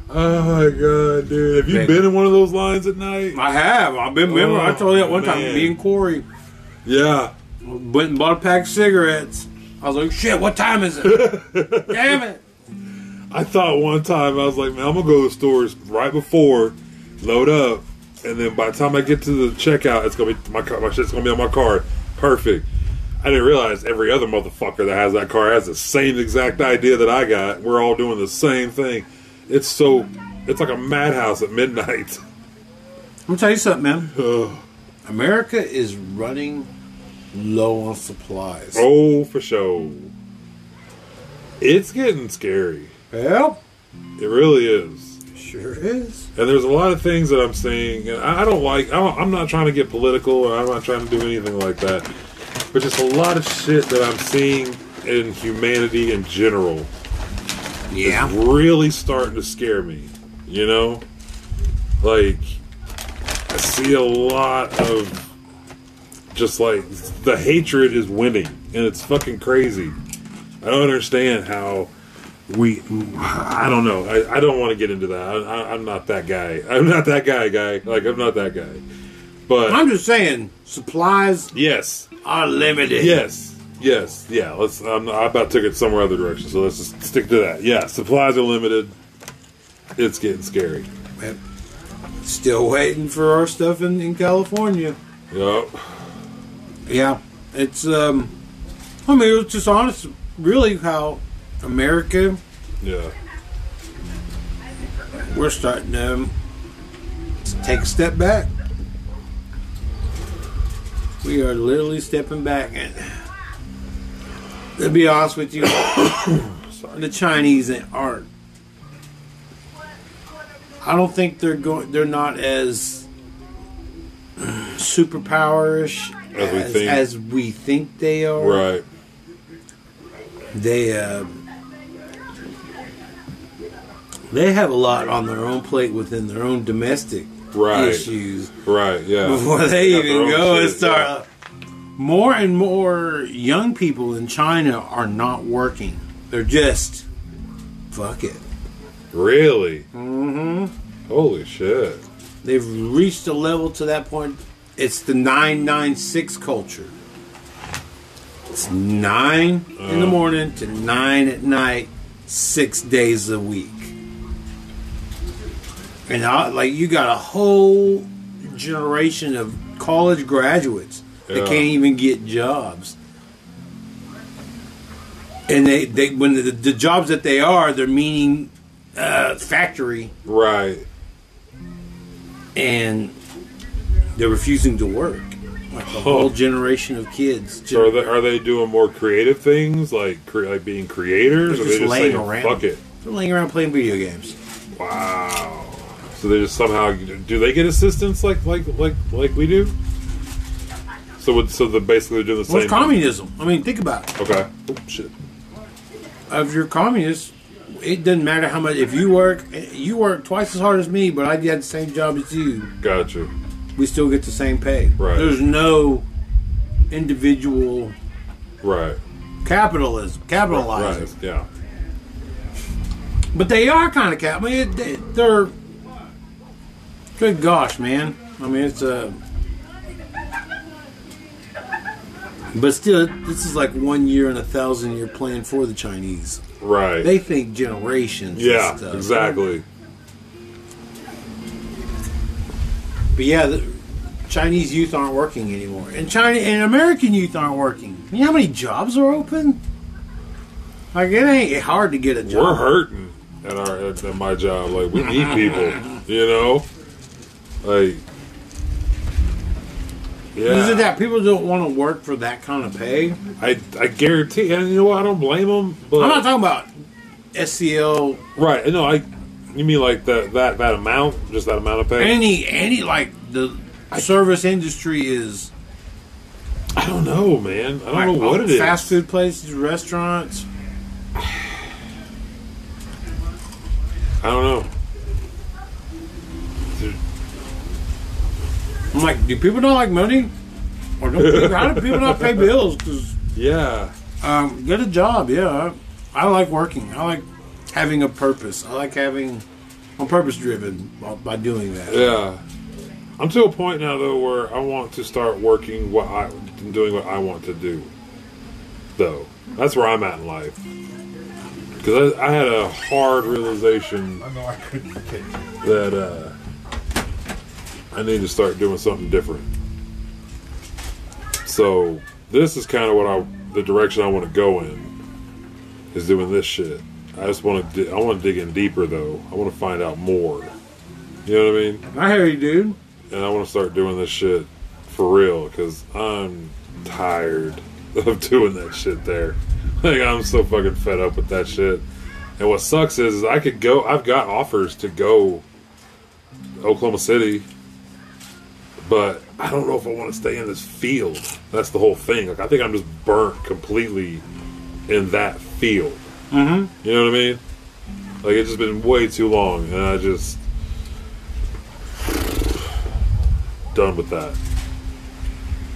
[SPEAKER 2] Oh my god, dude. Have you
[SPEAKER 1] Big-
[SPEAKER 2] been in one of those lines at night?
[SPEAKER 1] I have. I've been. Remember, I told you that one time.
[SPEAKER 2] Oh, man.
[SPEAKER 1] Me and Corey
[SPEAKER 2] Yeah.
[SPEAKER 1] went and bought a pack of cigarettes. I was like, shit, what time is it? Damn it.
[SPEAKER 2] I thought one time I was like, man, I'm gonna go to the stores right before, load up, and then by the time I get to the checkout, it's gonna be my car, my shit's gonna be on my card. Perfect. I didn't realize every other motherfucker that has that car has the same exact idea that I got. We're all doing the same thing. It's so, it's like a madhouse at midnight.
[SPEAKER 1] I'm gonna tell you something, man.
[SPEAKER 2] Ugh.
[SPEAKER 1] America is running low on supplies.
[SPEAKER 2] oh, for sure. It's getting scary.
[SPEAKER 1] Well,
[SPEAKER 2] It really is.
[SPEAKER 1] sure is.
[SPEAKER 2] And there's a lot of things that I'm seeing, and I I don't like. I don't, I'm not trying to get political, or I'm not trying to do anything like that. But just a lot of shit that I'm seeing in humanity in general
[SPEAKER 1] Yeah.
[SPEAKER 2] really starting to scare me. You know, like I see a lot of just like the hatred is winning, and it's fucking crazy. I don't understand how we. I don't know. I, I don't want to get into that. I, I, I'm not that guy. I'm not that guy, guy. Like I'm not that guy. But
[SPEAKER 1] I'm just saying, supplies
[SPEAKER 2] yes,
[SPEAKER 1] are limited.
[SPEAKER 2] Yes. Yes. Yeah. Let's. I'm, I about took it somewhere other direction, so let's just stick to that. Yeah. Supplies are limited. It's getting scary.
[SPEAKER 1] Well, Still waiting for our stuff in, in California.
[SPEAKER 2] Yup.
[SPEAKER 1] Yeah. It's, um, I mean, it was just honest, really, how America,
[SPEAKER 2] Yeah.
[SPEAKER 1] we're starting to um, take a step back. We are literally stepping back. And to be honest with you, the Chinese aren't. I don't think they're going. They're not as superpowerish
[SPEAKER 2] As we think.
[SPEAKER 1] as we think they are.
[SPEAKER 2] Right.
[SPEAKER 1] They uh, they have a lot on their own plate within their own domestic
[SPEAKER 2] Right.
[SPEAKER 1] issues
[SPEAKER 2] Right. Yeah.
[SPEAKER 1] before they
[SPEAKER 2] Got their
[SPEAKER 1] even
[SPEAKER 2] own
[SPEAKER 1] go and
[SPEAKER 2] shit,
[SPEAKER 1] start. More and more young people in China are not working. They're just fuck it.
[SPEAKER 2] yeah. Really? Mm-hmm. Holy shit.
[SPEAKER 1] They've reached a level to that point. It's the nine nine six culture. It's nine in the morning to nine at night, six days a week. And I, like you got a whole generation of college graduates
[SPEAKER 2] Yeah.
[SPEAKER 1] that can't even get jobs. And they, they when the, the jobs that they are, they're meaning uh, factory
[SPEAKER 2] Right.
[SPEAKER 1] and they're refusing to work. Like a whole generation of kids
[SPEAKER 2] So are
[SPEAKER 1] just,
[SPEAKER 2] they are they doing more creative things like cre- like being creators?
[SPEAKER 1] They're
[SPEAKER 2] or they
[SPEAKER 1] just laying
[SPEAKER 2] saying,
[SPEAKER 1] around.
[SPEAKER 2] Fuck it.
[SPEAKER 1] they're laying around playing video games.
[SPEAKER 2] Wow. So they just somehow do they get assistance like like like like we do? So would so the basically they're doing the
[SPEAKER 1] What's
[SPEAKER 2] same.
[SPEAKER 1] communism? I mean, think about it.
[SPEAKER 2] Okay. Oop, shit.
[SPEAKER 1] If you're communist, it doesn't matter how much. If you work, you work twice as hard as me, but I had the same job as you.
[SPEAKER 2] Got you.
[SPEAKER 1] We still get the same pay.
[SPEAKER 2] Right.
[SPEAKER 1] There's no individual
[SPEAKER 2] Right.
[SPEAKER 1] capitalism, capitalizing.
[SPEAKER 2] Right. Yeah.
[SPEAKER 1] But they are kind of cap. I mean, it- they, they're. Good gosh, man. I mean, it's uh, a. But still, this is like one year and a thousand year plan for the Chinese.
[SPEAKER 2] Right.
[SPEAKER 1] They uh, think generations. and
[SPEAKER 2] yeah.
[SPEAKER 1] stuff.
[SPEAKER 2] Exactly.
[SPEAKER 1] But yeah, the Chinese youth aren't working anymore, and China and American youth aren't working. You know how many jobs are open? Like it ain't hard to get a job.
[SPEAKER 2] We're hurting at our at, at my job. Like we need people. You know. Like. Yeah.
[SPEAKER 1] Is it that people don't want to work for that kind of pay?
[SPEAKER 2] I I guarantee, and you know what? I don't blame them. But
[SPEAKER 1] I'm not talking about SEL.
[SPEAKER 2] Right. No, I. You mean like that that that amount, just that amount of pay?
[SPEAKER 1] Any any like the service industry is.
[SPEAKER 2] I don't know, man. I don't know
[SPEAKER 1] like,
[SPEAKER 2] what
[SPEAKER 1] all
[SPEAKER 2] it is.
[SPEAKER 1] Fast food places, restaurants.
[SPEAKER 2] I don't know. Dude,
[SPEAKER 1] I'm like, do people not like money? Or don't people, how do people not pay bills? Because
[SPEAKER 2] Yeah.
[SPEAKER 1] um, get a job. Yeah, I, I like working. I like having a purpose. I like having. I'm purpose driven by, by doing that.
[SPEAKER 2] Yeah. I'm to a point now though where I want to start working what I doing what I want to do. Though that's where I'm at in life. Because I, I had a hard realization
[SPEAKER 3] I know I couldn't take it.
[SPEAKER 2] that uh, I need to start doing something different. So this is kind of what I, the direction I want to go in, is doing this shit. I just want to, di- I want to dig in deeper though. I want to find out more. You know what I mean?
[SPEAKER 1] I hear you, dude.
[SPEAKER 2] And I want to start doing this shit for real because I'm tired of doing that shit there. Like I'm so fucking fed up with that shit. And what sucks is, is I could go. I've got offers to go Oklahoma City, but I don't know if I want to stay in this field. That's the whole thing. Like I think I'm just burnt completely in that field. Mm-hmm. You know what I mean? Like it's just been way too long, and I just done with that.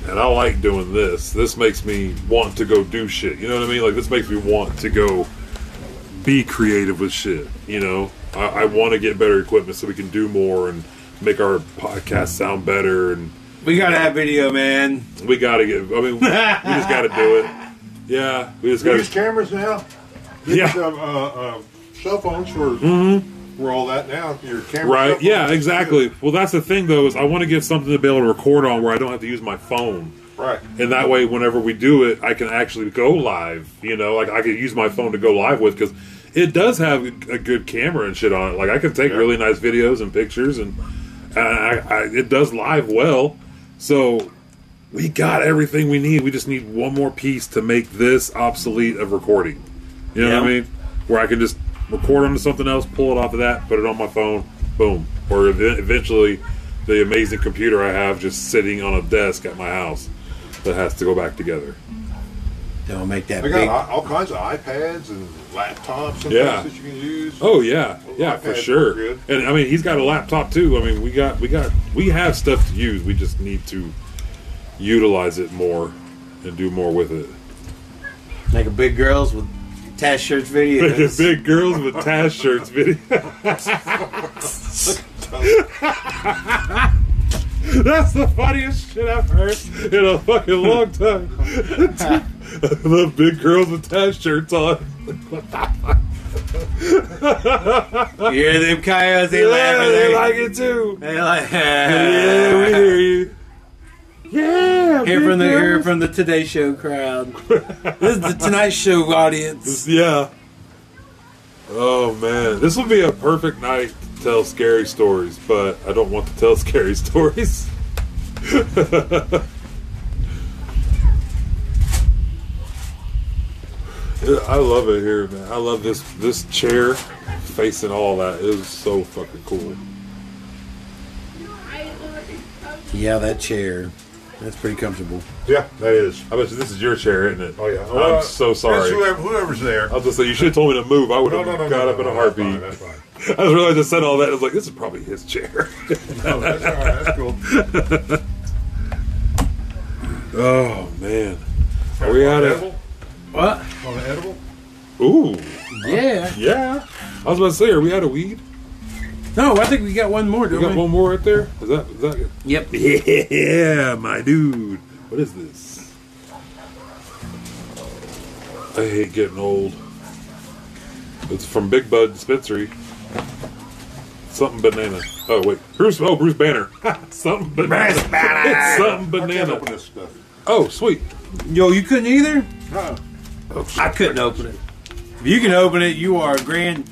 [SPEAKER 2] And I like doing this. This makes me want to go do shit. You know what I mean? Like this makes me want to go be creative with shit. You know, I, I want to get better equipment so we can do more and make our podcast sound better. And
[SPEAKER 1] We got that video, man.
[SPEAKER 2] we gotta get. I mean, we just gotta do it. Yeah, we just
[SPEAKER 3] Use
[SPEAKER 2] gotta.
[SPEAKER 3] cameras
[SPEAKER 2] Yeah.
[SPEAKER 3] now.
[SPEAKER 2] Mm-hmm.
[SPEAKER 3] Use, uh, uh, uh, cell phones for for all that now. Your camera. cell
[SPEAKER 2] Right?
[SPEAKER 3] phones.
[SPEAKER 2] Yeah, exactly. Well, that's the thing though is I want to get something to be able to record on where I don't have to use my phone.
[SPEAKER 3] Right.
[SPEAKER 2] and that way whenever we do it i can actually go live you know like i could use my phone to go live with because it does have a good camera and shit on it like i can take really nice videos and pictures and, and I, I, it does live well so we got everything we need. We just need one more piece to make this obsolete of recording. You know what I
[SPEAKER 1] Yeah.
[SPEAKER 2] mean? Where I can just record onto something else, pull it off of that, put it on my phone, boom. Or ev- eventually, the amazing computer I have just sitting on a desk at my house that has to go back together.
[SPEAKER 1] Don't make that
[SPEAKER 3] They
[SPEAKER 1] big.
[SPEAKER 3] got all- all kinds of iPads and laptops and
[SPEAKER 2] Yeah.
[SPEAKER 3] things that you can use.
[SPEAKER 2] Oh yeah, yeah
[SPEAKER 3] iPads
[SPEAKER 2] for
[SPEAKER 3] work
[SPEAKER 2] sure.
[SPEAKER 3] good.
[SPEAKER 2] And I mean, he's got a laptop too. I mean, we got we got we have stuff to use. We just need to utilize it more and do more with it.
[SPEAKER 1] Like a big girls with tash shirts video.
[SPEAKER 2] Big, big girls with Taz shirts video. That's the funniest shit I've heard in a fucking long time. the big girls with Taz shirts on.
[SPEAKER 1] you hear them coyotes? They
[SPEAKER 2] Yeah,
[SPEAKER 1] laughing.
[SPEAKER 2] they like it too.
[SPEAKER 1] They like.
[SPEAKER 2] Yeah, we hear you. Yeah,
[SPEAKER 1] Hear
[SPEAKER 2] big
[SPEAKER 1] from the hear
[SPEAKER 2] girls.
[SPEAKER 1] from the Today Show crowd. this is the Tonight Show audience.
[SPEAKER 2] Yeah. Oh man, this would be a perfect night to tell scary stories, but I don't want to tell scary stories. Yeah, I love it here, man. I love this this chair facing all that. It was so fucking cool.
[SPEAKER 1] Yeah, that chair. That's pretty comfortable.
[SPEAKER 3] Yeah, that is.
[SPEAKER 2] I bet you this is your chair, isn't it?
[SPEAKER 3] Oh yeah.
[SPEAKER 2] I'm so
[SPEAKER 3] It's
[SPEAKER 2] sorry.
[SPEAKER 3] whoever, whoever's there.
[SPEAKER 2] I was just say you should have told me to move. I would
[SPEAKER 3] No,
[SPEAKER 2] have
[SPEAKER 3] no, no,
[SPEAKER 2] got
[SPEAKER 3] no,
[SPEAKER 2] up
[SPEAKER 3] no,
[SPEAKER 2] in a
[SPEAKER 3] no, that's
[SPEAKER 2] heartbeat.
[SPEAKER 3] fine, that's
[SPEAKER 2] I just realized I said all that. I was like, this is probably his chair.
[SPEAKER 3] fine. No, that's all right. That's cool.
[SPEAKER 2] Oh man, are we out of?
[SPEAKER 3] edible?
[SPEAKER 1] What?
[SPEAKER 3] On an edible?
[SPEAKER 2] Ooh,
[SPEAKER 1] Yeah.
[SPEAKER 2] yeah. I was about to say, are we out of weed?
[SPEAKER 1] No, I think we got one more,
[SPEAKER 2] We
[SPEAKER 1] don't we?
[SPEAKER 2] got one more right there. Is that? Is that?
[SPEAKER 1] Yep.
[SPEAKER 2] Yeah, my dude. What is this? I hate getting old. It's from Big Bud Dispensary. Something banana. Oh wait, Bruce. Oh, Bruce Banner. something banana.
[SPEAKER 1] Bruce Banner.
[SPEAKER 2] It's something
[SPEAKER 3] I can't open
[SPEAKER 2] banana.
[SPEAKER 3] this stuff.
[SPEAKER 2] Oh sweet.
[SPEAKER 1] Yo, you couldn't either?
[SPEAKER 3] Huh.
[SPEAKER 1] I couldn't open it. If you can open it, you are a grand.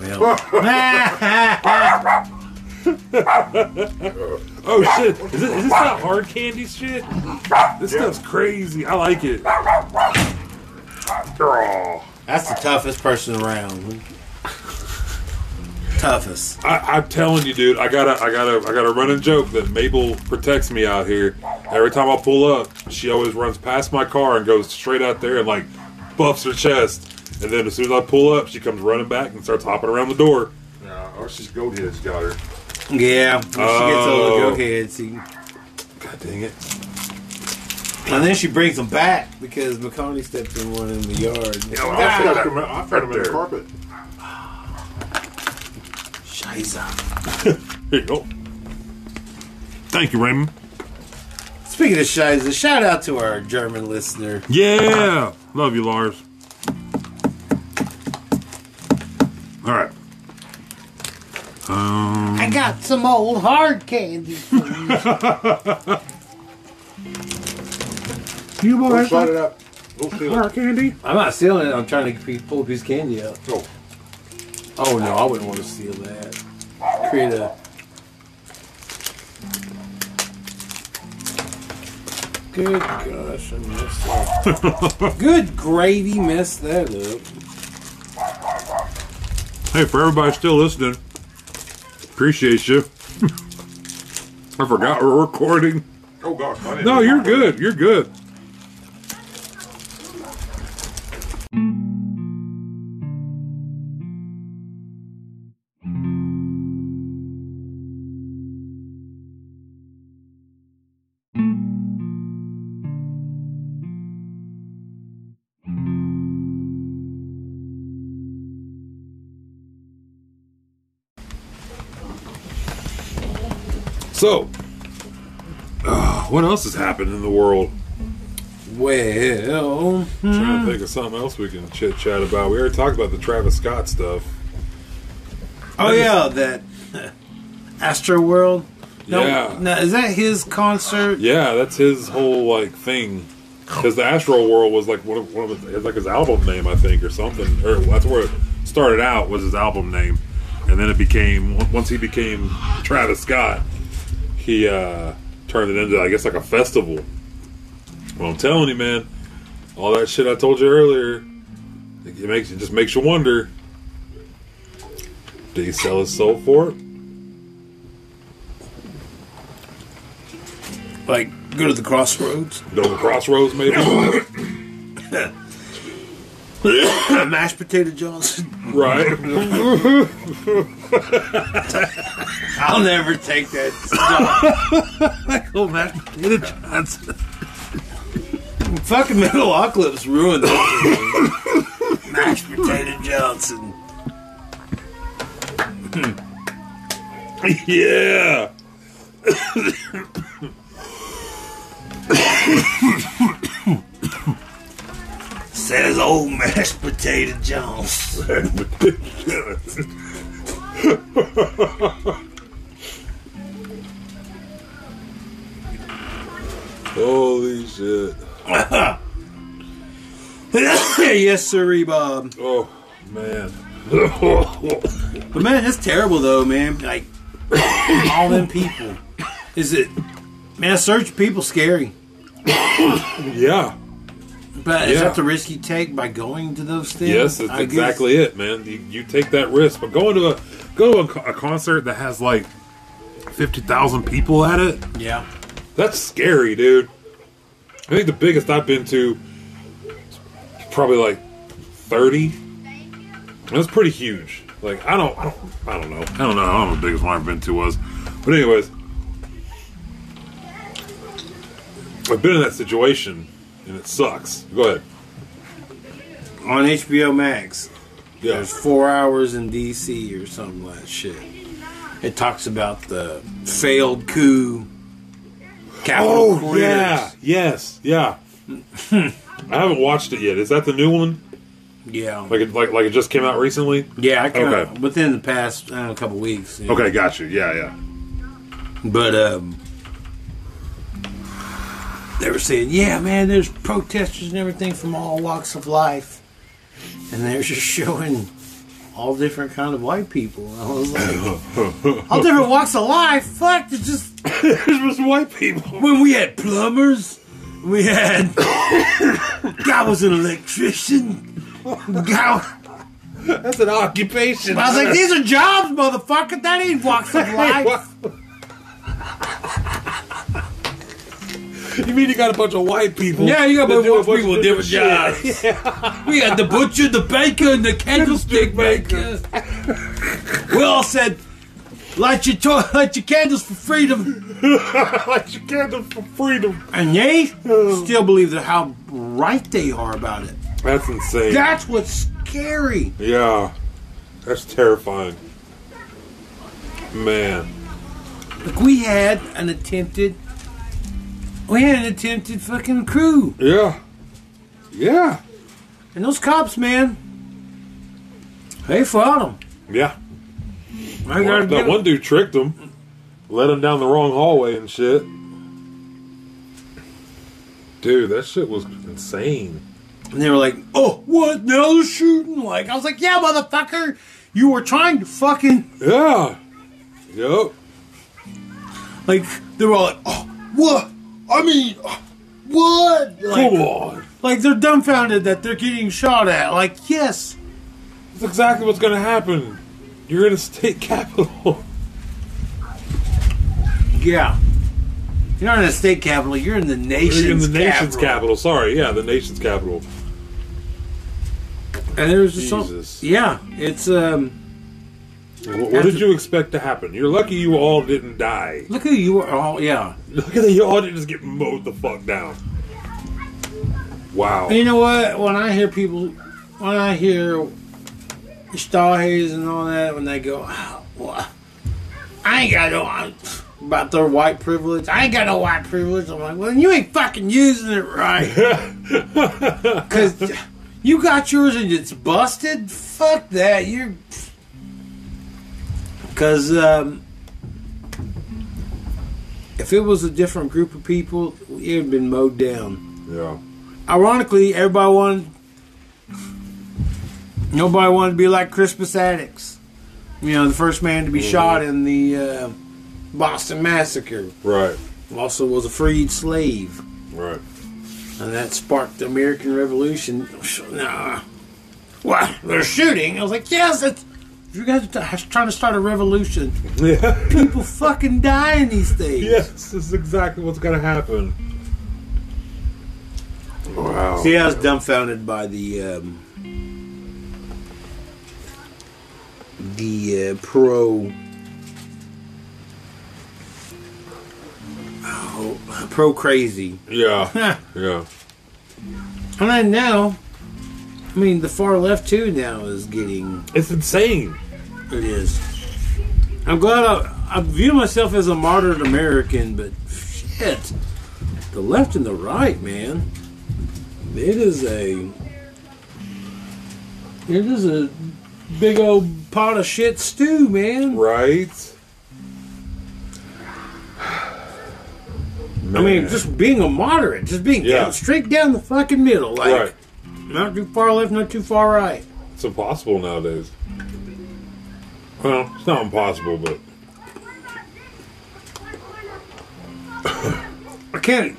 [SPEAKER 1] Well.
[SPEAKER 2] Oh shit! Is this, is this not hard candy shit? This stuff's crazy. I like it.
[SPEAKER 3] Girl.
[SPEAKER 1] That's the toughest person around. toughest.
[SPEAKER 2] I, I'm telling you, dude. I gotta, I gotta, I gotta run and joke that Mabel protects me out here. Every time I pull up, she always runs past my car and goes straight out there and like buffs her chest. And then as soon as I pull up, she comes running back and starts hopping around the door.
[SPEAKER 3] Yeah, or she's goat head's got her.
[SPEAKER 1] Yeah. When she gets
[SPEAKER 2] Oh.
[SPEAKER 1] older, go ahead. See.
[SPEAKER 2] God dang it!
[SPEAKER 1] And then she brings them back because McConaughey stepped in one in the yard.
[SPEAKER 3] I
[SPEAKER 2] Ah.
[SPEAKER 3] found him, I found him in the
[SPEAKER 2] Right
[SPEAKER 3] carpet.
[SPEAKER 1] Shiza.
[SPEAKER 2] Here you go. Thank you, Raymond.
[SPEAKER 1] Speaking of Shiza, shout out to our German listener.
[SPEAKER 2] Yeah, love you, Lars. All right.
[SPEAKER 1] I got some old hard candy.
[SPEAKER 2] You
[SPEAKER 3] Go
[SPEAKER 2] boys
[SPEAKER 3] slide it up. Go seal it.
[SPEAKER 2] candy?
[SPEAKER 1] I'm not stealing it. I'm trying to pe- pull a piece of candy out.
[SPEAKER 3] Go.
[SPEAKER 1] Oh no, I wouldn't want to steal that. Create a. Good gosh, I messed that. up. Good gravy, messed that up.
[SPEAKER 2] Hey, for everybody still listening, appreciate you. I forgot we're recording.
[SPEAKER 3] Oh gosh. I didn't
[SPEAKER 2] No,
[SPEAKER 3] do
[SPEAKER 2] you're
[SPEAKER 3] that.
[SPEAKER 2] good. You're good. So, uh, what else has happened in the world?
[SPEAKER 1] Well, hmm,
[SPEAKER 2] trying to think of something else we can chit chat about. We already talked about the Travis Scott stuff.
[SPEAKER 1] oh yeah, that Astro World. No,
[SPEAKER 2] Yeah.
[SPEAKER 1] now, is that his concert?
[SPEAKER 2] Yeah, that's his whole like thing. Because the Astro World was like one of, one of his, it's like his album name, I think, or something. Or that's where it started out was his album name, and then it became on- once he became Travis Scott, he uh, turned it into, I guess, like a festival. Well, I'm telling you, man, all that shit I told you earlier, it it makes it just makes you wonder. Did he sell his soul for it?
[SPEAKER 1] Like, go to the crossroads,
[SPEAKER 2] Go to the crossroads, maybe.
[SPEAKER 1] mashed potato Johnson.
[SPEAKER 2] right.
[SPEAKER 1] I'll never take that job. Michael mashed potato Johnson. Fucking Metalocalypse ruined it. mashed potato Johnson.
[SPEAKER 2] yeah.
[SPEAKER 1] Says old mashed potato Johnson.
[SPEAKER 2] Holy shit.
[SPEAKER 1] yes, sir, Bob.
[SPEAKER 2] Oh man.
[SPEAKER 1] But man, it's terrible though, man. Like all them people. Is it? Man, search people scary.
[SPEAKER 2] yeah.
[SPEAKER 1] But is
[SPEAKER 2] Yeah.
[SPEAKER 1] that the risk you take by going to those things?
[SPEAKER 2] Yes, that's
[SPEAKER 1] I guess.
[SPEAKER 2] exactly it, man. You, you take that risk, but going to a go to a, co- a concert that has like fifty thousand people at it,
[SPEAKER 1] Yeah.
[SPEAKER 2] that's scary, dude. I think the biggest I've been to is probably like thirty. That's pretty huge. Like I don't, I don't, I don't know. I don't know. I don't know what the biggest one I've been to was, but anyways, I've been in that situation and it sucks. Go ahead.
[SPEAKER 1] On HBO Max,
[SPEAKER 2] Yeah.
[SPEAKER 1] there's four hours in DC or something like that shit. It talks about the failed coup. Capitol
[SPEAKER 2] Oh yeah, yes, yeah. I haven't watched it yet. Is that the new one?
[SPEAKER 1] yeah, yeah,
[SPEAKER 2] Like it, like like it just came out recently?
[SPEAKER 1] yeah. I kinda,
[SPEAKER 2] Okay.
[SPEAKER 1] Within the past I don't know, couple weeks. you know.
[SPEAKER 2] Okay, got you. Yeah, yeah.
[SPEAKER 1] But um, they were saying, "Yeah, man, there's protesters and everything from all walks of life," and they're just showing all different kind of white people. I was like, "All different walks of life? Fuck! It's just
[SPEAKER 2] There's just white people.
[SPEAKER 1] when we had plumbers, we had guy was an electrician. Guy."
[SPEAKER 2] That's an occupation.
[SPEAKER 1] I was like, these are jobs, motherfucker. That ain't walks of life.
[SPEAKER 2] you mean you got a bunch of white people?
[SPEAKER 1] Yeah, you got a
[SPEAKER 2] that
[SPEAKER 1] bunch
[SPEAKER 2] do
[SPEAKER 1] of white people with different
[SPEAKER 2] shit.
[SPEAKER 1] We had the butcher, the baker, and the candlestick maker. we all said, light your, to- light your candles for freedom.
[SPEAKER 2] like you get them for freedom.
[SPEAKER 1] And they still believe that how right they are about it.
[SPEAKER 2] That's insane.
[SPEAKER 1] That's what's scary.
[SPEAKER 2] yeah, that's terrifying. Man,
[SPEAKER 1] Like, we had an attempted, we had an attempted fucking crew.
[SPEAKER 2] yeah, yeah,
[SPEAKER 1] And those cops, man, they fought them.
[SPEAKER 2] yeah.
[SPEAKER 1] I
[SPEAKER 2] Well,
[SPEAKER 1] gotta
[SPEAKER 2] that
[SPEAKER 1] give-
[SPEAKER 2] one dude tricked him, led him down the wrong hallway and shit. Dude, that shit was insane.
[SPEAKER 1] And they were like, oh, what? Now they're shooting. Like, I was like, yeah, motherfucker. You were trying to fucking
[SPEAKER 2] Yeah. Yep.
[SPEAKER 1] Like they were all like, "Oh, what? I mean, oh, what?" Like,
[SPEAKER 2] Come on.
[SPEAKER 1] like they're dumbfounded that they're getting shot at. Like, yes,
[SPEAKER 2] That's exactly what's gonna happen. You're in a state capital.
[SPEAKER 1] yeah. You're not in the state capital. You're in the nation's
[SPEAKER 2] You're in the nation's
[SPEAKER 1] capital.
[SPEAKER 2] capital. Sorry, yeah, the nation's capital.
[SPEAKER 1] And there's just some-
[SPEAKER 2] Jesus.
[SPEAKER 1] yeah, it's um.
[SPEAKER 2] What, what did you expect to happen? You're lucky you all didn't die.
[SPEAKER 1] Look who you are. Oh, yeah.
[SPEAKER 2] Lucky that you all didn't just get mowed the fuck down. Wow.
[SPEAKER 1] And you know what? When I hear people, when I hear Starhaze and all that, when they go, oh, well, I ain't got no I- about their white privilege. I ain't got no white privilege. I'm like, well, you ain't fucking using it right, because you got yours and it's busted. Fuck that. You're because um, if it was a different group of people, it would have been mowed down
[SPEAKER 2] Yeah.
[SPEAKER 1] ironically, everybody wanted. Nobody wanted to be like Crispus Attucks, you know, the first man to be shot in the uh, Boston Massacre.
[SPEAKER 2] Right.
[SPEAKER 1] also was a freed slave,
[SPEAKER 2] Right.
[SPEAKER 1] and that sparked the American Revolution. Nah. Why? They're shooting. I was like, yes, it's. You guys are t- trying to start a revolution.
[SPEAKER 2] Yeah.
[SPEAKER 1] People fucking die in these things.
[SPEAKER 2] yes, this is exactly what's gonna happen. Wow.
[SPEAKER 1] See, I was dumbfounded by the um, the uh, pro oh, pro crazy.
[SPEAKER 2] Yeah.
[SPEAKER 1] and
[SPEAKER 2] yeah.
[SPEAKER 1] then now, I mean, the far left too now is getting
[SPEAKER 2] It's insane.
[SPEAKER 1] it is. I'm glad I, I view myself as a modern American, but shit, the left and the right, man, it is a it is a big old pot of shit stew, man.
[SPEAKER 2] Right?
[SPEAKER 1] I mean, just being a moderate, just being
[SPEAKER 2] Yeah.
[SPEAKER 1] down- straight down the fucking middle, like
[SPEAKER 2] right.
[SPEAKER 1] not too far left, not too far right.
[SPEAKER 2] It's impossible nowadays. Well, it's not impossible, but
[SPEAKER 1] I can't.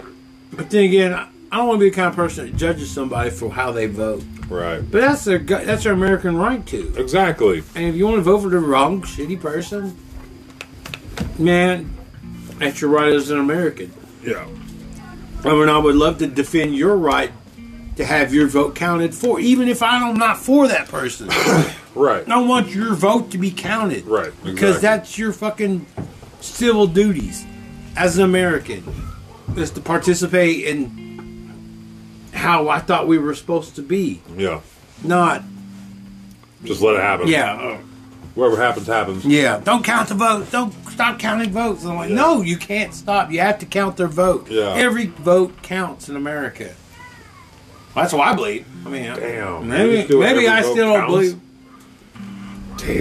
[SPEAKER 1] But then again, I I don't want to be the kind of person that judges somebody for how they vote.
[SPEAKER 2] right.
[SPEAKER 1] But that's their gu- that's their American right to.
[SPEAKER 2] Exactly.
[SPEAKER 1] And if you want to vote for the wrong shitty person, man, that's your right as an American.
[SPEAKER 2] Yeah.
[SPEAKER 1] I mean, I would love to defend your right to have your vote counted for, even if I'm not for that person.
[SPEAKER 2] Right.
[SPEAKER 1] I want your vote to be counted.
[SPEAKER 2] Right,
[SPEAKER 1] Because
[SPEAKER 2] exactly.
[SPEAKER 1] that's your fucking civil duties as an American, is to participate in how I thought we were supposed to be,
[SPEAKER 2] Yeah.
[SPEAKER 1] not,
[SPEAKER 2] Just let it happen.
[SPEAKER 1] yeah. uh,
[SPEAKER 2] Whatever happens, happens.
[SPEAKER 1] Yeah. Don't count the votes. Don't stop counting votes. And I'm like,
[SPEAKER 2] Yeah.
[SPEAKER 1] no, you can't stop. You have to count their vote.
[SPEAKER 2] Yeah.
[SPEAKER 1] Every vote counts in America. That's what I believe. I mean,
[SPEAKER 2] Damn, you just
[SPEAKER 1] Maybe,
[SPEAKER 2] do
[SPEAKER 1] maybe
[SPEAKER 2] every
[SPEAKER 1] I
[SPEAKER 2] vote
[SPEAKER 1] still don't
[SPEAKER 2] counts?
[SPEAKER 1] believe.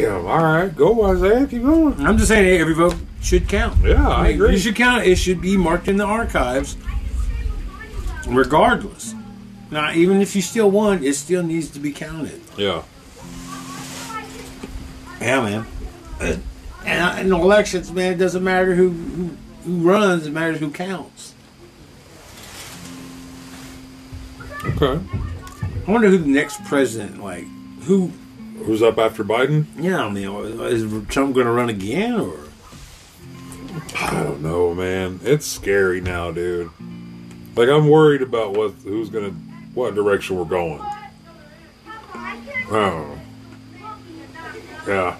[SPEAKER 2] Damn. All right. Go, Isaiah. Keep going.
[SPEAKER 1] I'm just saying every vote should count.
[SPEAKER 2] Yeah, I
[SPEAKER 1] mean,
[SPEAKER 2] agree.
[SPEAKER 1] You should count. it. It should be marked in the archives, regardless. Now, even if you still won, it still needs to be counted.
[SPEAKER 2] Yeah.
[SPEAKER 1] Yeah, man. And in elections, man, it doesn't matter who, who who runs; it matters who counts.
[SPEAKER 2] Okay.
[SPEAKER 1] I wonder who the next president, like, who,
[SPEAKER 2] Who's up after Biden?
[SPEAKER 1] yeah, I mean, is Trump going to run again or?
[SPEAKER 2] I don't know, man. It's scary now, dude. Like I'm worried about what who's gonna what direction we're going. I don't know. Yeah.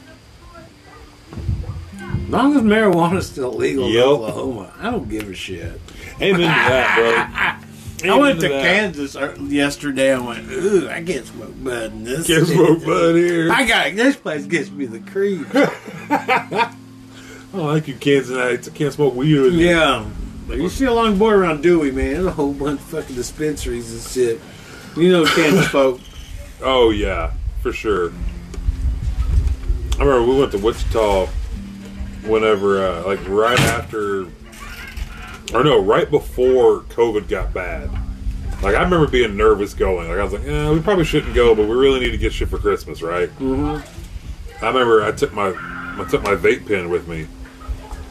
[SPEAKER 1] As long as marijuana's still legal
[SPEAKER 2] Yep.
[SPEAKER 1] in Oklahoma, I don't give a shit.
[SPEAKER 2] Amen to that, bro.
[SPEAKER 1] I went to
[SPEAKER 2] Amen
[SPEAKER 1] Kansas er- yesterday. I went, ooh, I can't smoke bud in this.
[SPEAKER 2] Can't
[SPEAKER 1] city."
[SPEAKER 2] smoke bud here. I
[SPEAKER 1] I got this place gives me the creep.
[SPEAKER 2] don't like you Kansanites. I can't smoke weed with you.
[SPEAKER 1] yeah, Like, you see a long boy around Dewey, man. There's a whole bunch of fucking dispensaries and shit. You know Kansas folk.
[SPEAKER 2] Oh yeah, for sure. I remember we went to Wichita whenever, uh, like right after, or no, right before COVID got bad. Like I remember being nervous going. Like I was like, eh, we probably shouldn't go, but we really need to get shit for Christmas, right? Mm-hmm. I remember I took my I took my vape pen with me,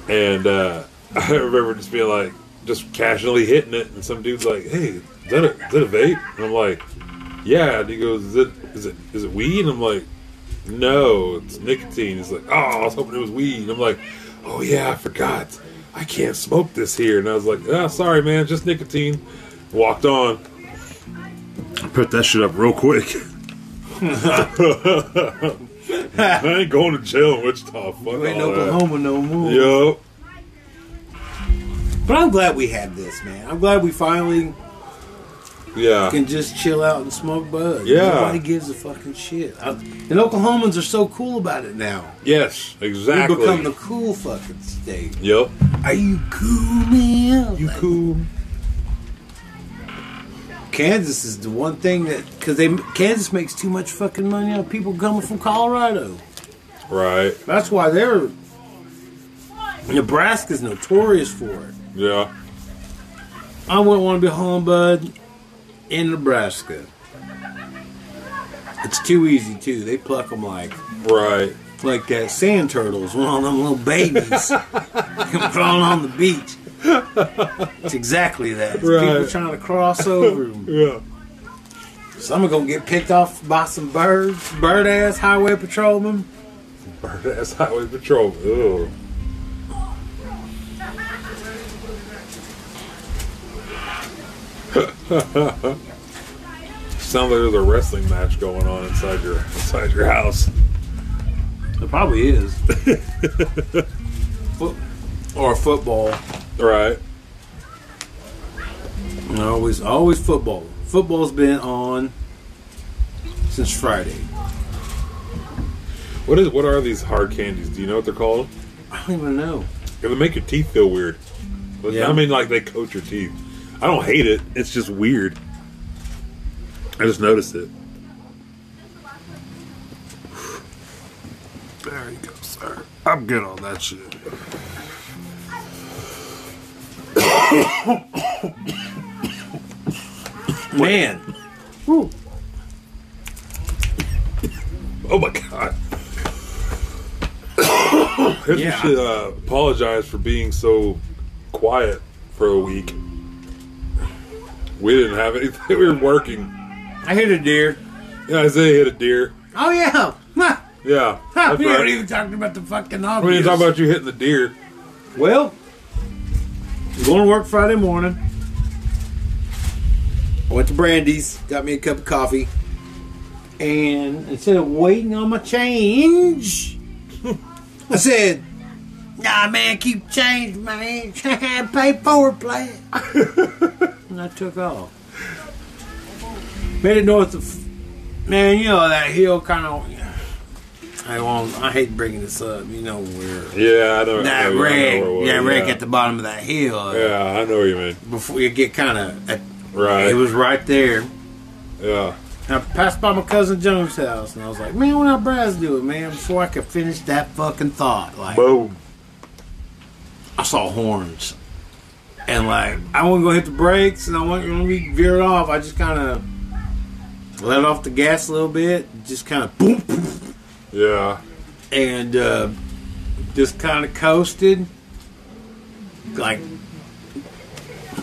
[SPEAKER 2] and uh, I remember just being like, just casually hitting it, and some dude's like, "Hey, is that a, is that a vape?" And I'm like, "Yeah." And he goes, "Is it is it is it weed?" And I'm like, "No, it's nicotine." He's like, "Oh, I was hoping it was weed." And I'm like, "Oh yeah, I forgot. I can't smoke this here." And I was like, "Ah, sorry, man, just nicotine." Walked on. Put that shit up real quick. I ain't going to jail in Wichita. Fuck
[SPEAKER 1] You ain't
[SPEAKER 2] all that.
[SPEAKER 1] Oklahoma no more.
[SPEAKER 2] Yup.
[SPEAKER 1] But I'm glad we had this, man. I'm glad we finally
[SPEAKER 2] Yeah.
[SPEAKER 1] can just chill out and smoke bud.
[SPEAKER 2] Yeah.
[SPEAKER 1] Nobody gives a fucking shit. I, and Oklahomans are so cool about it now.
[SPEAKER 2] Yes. Exactly.
[SPEAKER 1] We become the cool fucking state.
[SPEAKER 2] Yep.
[SPEAKER 1] Are you cool, man? Like,
[SPEAKER 2] cool.
[SPEAKER 1] Kansas is the one thing that because they Kansas makes too much fucking money on people coming from Colorado.
[SPEAKER 2] Right.
[SPEAKER 1] That's why they're Nebraska's notorious for it.
[SPEAKER 2] Yeah.
[SPEAKER 1] I wouldn't want to be home, bud, in Nebraska. It's too easy too. They pluck them like
[SPEAKER 2] Right.
[SPEAKER 1] like that sand turtles, one of them little babies, crawling on the beach. It's exactly that. It's People
[SPEAKER 2] Right.
[SPEAKER 1] trying to cross over.
[SPEAKER 2] Yeah.
[SPEAKER 1] Some are gonna get picked off by some birds, bird ass highway patrolmen.
[SPEAKER 2] Bird ass highway patrol. Ew. Sounds like there's a wrestling match going on inside your inside your house.
[SPEAKER 1] It probably is. Foot- or football.
[SPEAKER 2] Right.
[SPEAKER 1] Always, always football. Football's been on since Friday.
[SPEAKER 2] What is what are these hard candies? Do you know what they're called?
[SPEAKER 1] I don't even know.
[SPEAKER 2] They make your teeth feel weird. But
[SPEAKER 1] Yeah.
[SPEAKER 2] I mean like they coat your teeth. I don't hate it. It's just weird. I just noticed it.
[SPEAKER 1] There you go, sir. I'm good on that shit. Man,
[SPEAKER 2] Oh my god. Hit
[SPEAKER 1] Yeah.
[SPEAKER 2] should uh, apologize for being so quiet for a week. We didn't have anything. We were working.
[SPEAKER 1] I hit a deer.
[SPEAKER 2] Yeah, Isaiah hit a deer.
[SPEAKER 1] Oh yeah, Mwah.
[SPEAKER 2] Yeah,
[SPEAKER 1] Ha,
[SPEAKER 2] that's
[SPEAKER 1] we
[SPEAKER 2] right.
[SPEAKER 1] haven't even talked about the fucking
[SPEAKER 2] we
[SPEAKER 1] obvious.
[SPEAKER 2] didn't talk about you hitting the deer.
[SPEAKER 1] Well, I'm going to work Friday morning. I went to Brandy's, got me a cup of coffee, and instead of waiting on my change, I said, Nah, man, keep change, man. Pay forward, play. and I took off. Made it north of, man, you know that hill kind of. I won't. I hate bringing this up. You know where
[SPEAKER 2] Yeah, I know. I
[SPEAKER 1] that wreck,
[SPEAKER 2] know, I know where it was,
[SPEAKER 1] that wreck
[SPEAKER 2] yeah.
[SPEAKER 1] at the bottom of that hill. uh,
[SPEAKER 2] Yeah, I know what you mean.
[SPEAKER 1] Before you get kind of,
[SPEAKER 2] Right.
[SPEAKER 1] it was right there.
[SPEAKER 2] yeah.
[SPEAKER 1] And I passed by my cousin Jones' house, and I was like, "Man, what our Brad's doing, man?" Before I could finish that fucking thought, like
[SPEAKER 2] Boom.
[SPEAKER 1] I saw horns, and like I wasn't gonna hit the brakes, and I wasn't gonna be veered off. I just kind of let off the gas a little bit, just kind of boom,
[SPEAKER 2] Yeah.
[SPEAKER 1] and uh, just kind of coasted like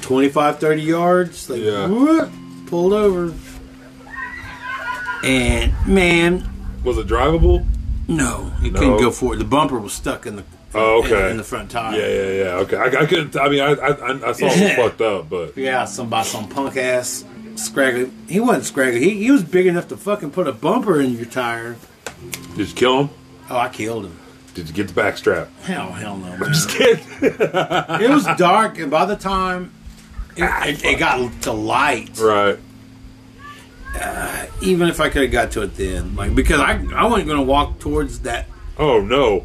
[SPEAKER 1] 25 30 yards like
[SPEAKER 2] Yeah.
[SPEAKER 1] whoop, pulled over and man
[SPEAKER 2] Was it drivable?
[SPEAKER 1] no you
[SPEAKER 2] No.
[SPEAKER 1] couldn't go forward the bumper was stuck in the
[SPEAKER 2] Oh,
[SPEAKER 1] in-
[SPEAKER 2] okay.
[SPEAKER 1] in, the front
[SPEAKER 2] Yeah,
[SPEAKER 1] tire
[SPEAKER 2] yeah, yeah. Okay, I, I couldn't. I mean, I, I, I- I saw it was fucked up, but
[SPEAKER 1] yeah some by some punk ass scraggly he wasn't scraggly he, he was big enough to fucking put a bumper in your tire
[SPEAKER 2] did you kill him?
[SPEAKER 1] oh i killed him
[SPEAKER 2] Did you get the backstrap?
[SPEAKER 1] hell hell no man.
[SPEAKER 2] Just kidding.
[SPEAKER 1] it was dark and by the time it,
[SPEAKER 2] Ah,
[SPEAKER 1] it, it got to light
[SPEAKER 2] Right.
[SPEAKER 1] even if I could have got to it then, like because I I wasn't gonna walk towards that
[SPEAKER 2] Oh no.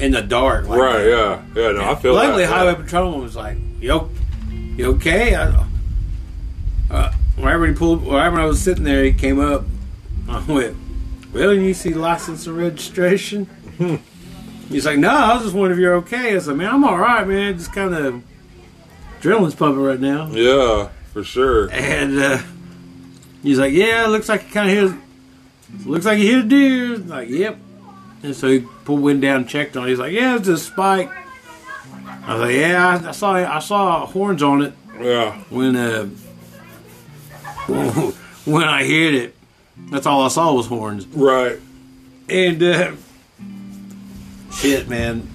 [SPEAKER 1] in the dark. Like,
[SPEAKER 2] Right. Yeah. Yeah. No, I feel.
[SPEAKER 1] Luckily,
[SPEAKER 2] that,
[SPEAKER 1] highway patrolman was like, "Yo, you okay?" I, uh, whenever he pulled, whenever I was sitting there, he came up. I went, "Well, you see license and registration?" He's like, "No, I was just wondering if you're okay." I said, "Man, I'm all right, man. Just kind of adrenaline's pumping right now."
[SPEAKER 2] Yeah. Yeah, for sure.
[SPEAKER 1] And uh, he's like, "Yeah, looks like he kind of hit. Looks like he hit a deer." I'm like, "Yep." And so he pulled wind down, checked on. it. He's like, "Yeah, it's a spike." I was like, "Yeah, I, I saw I saw horns on it
[SPEAKER 2] Yeah.
[SPEAKER 1] when uh when I hit it. That's all I saw was horns."
[SPEAKER 2] Right.
[SPEAKER 1] And uh, shit, man.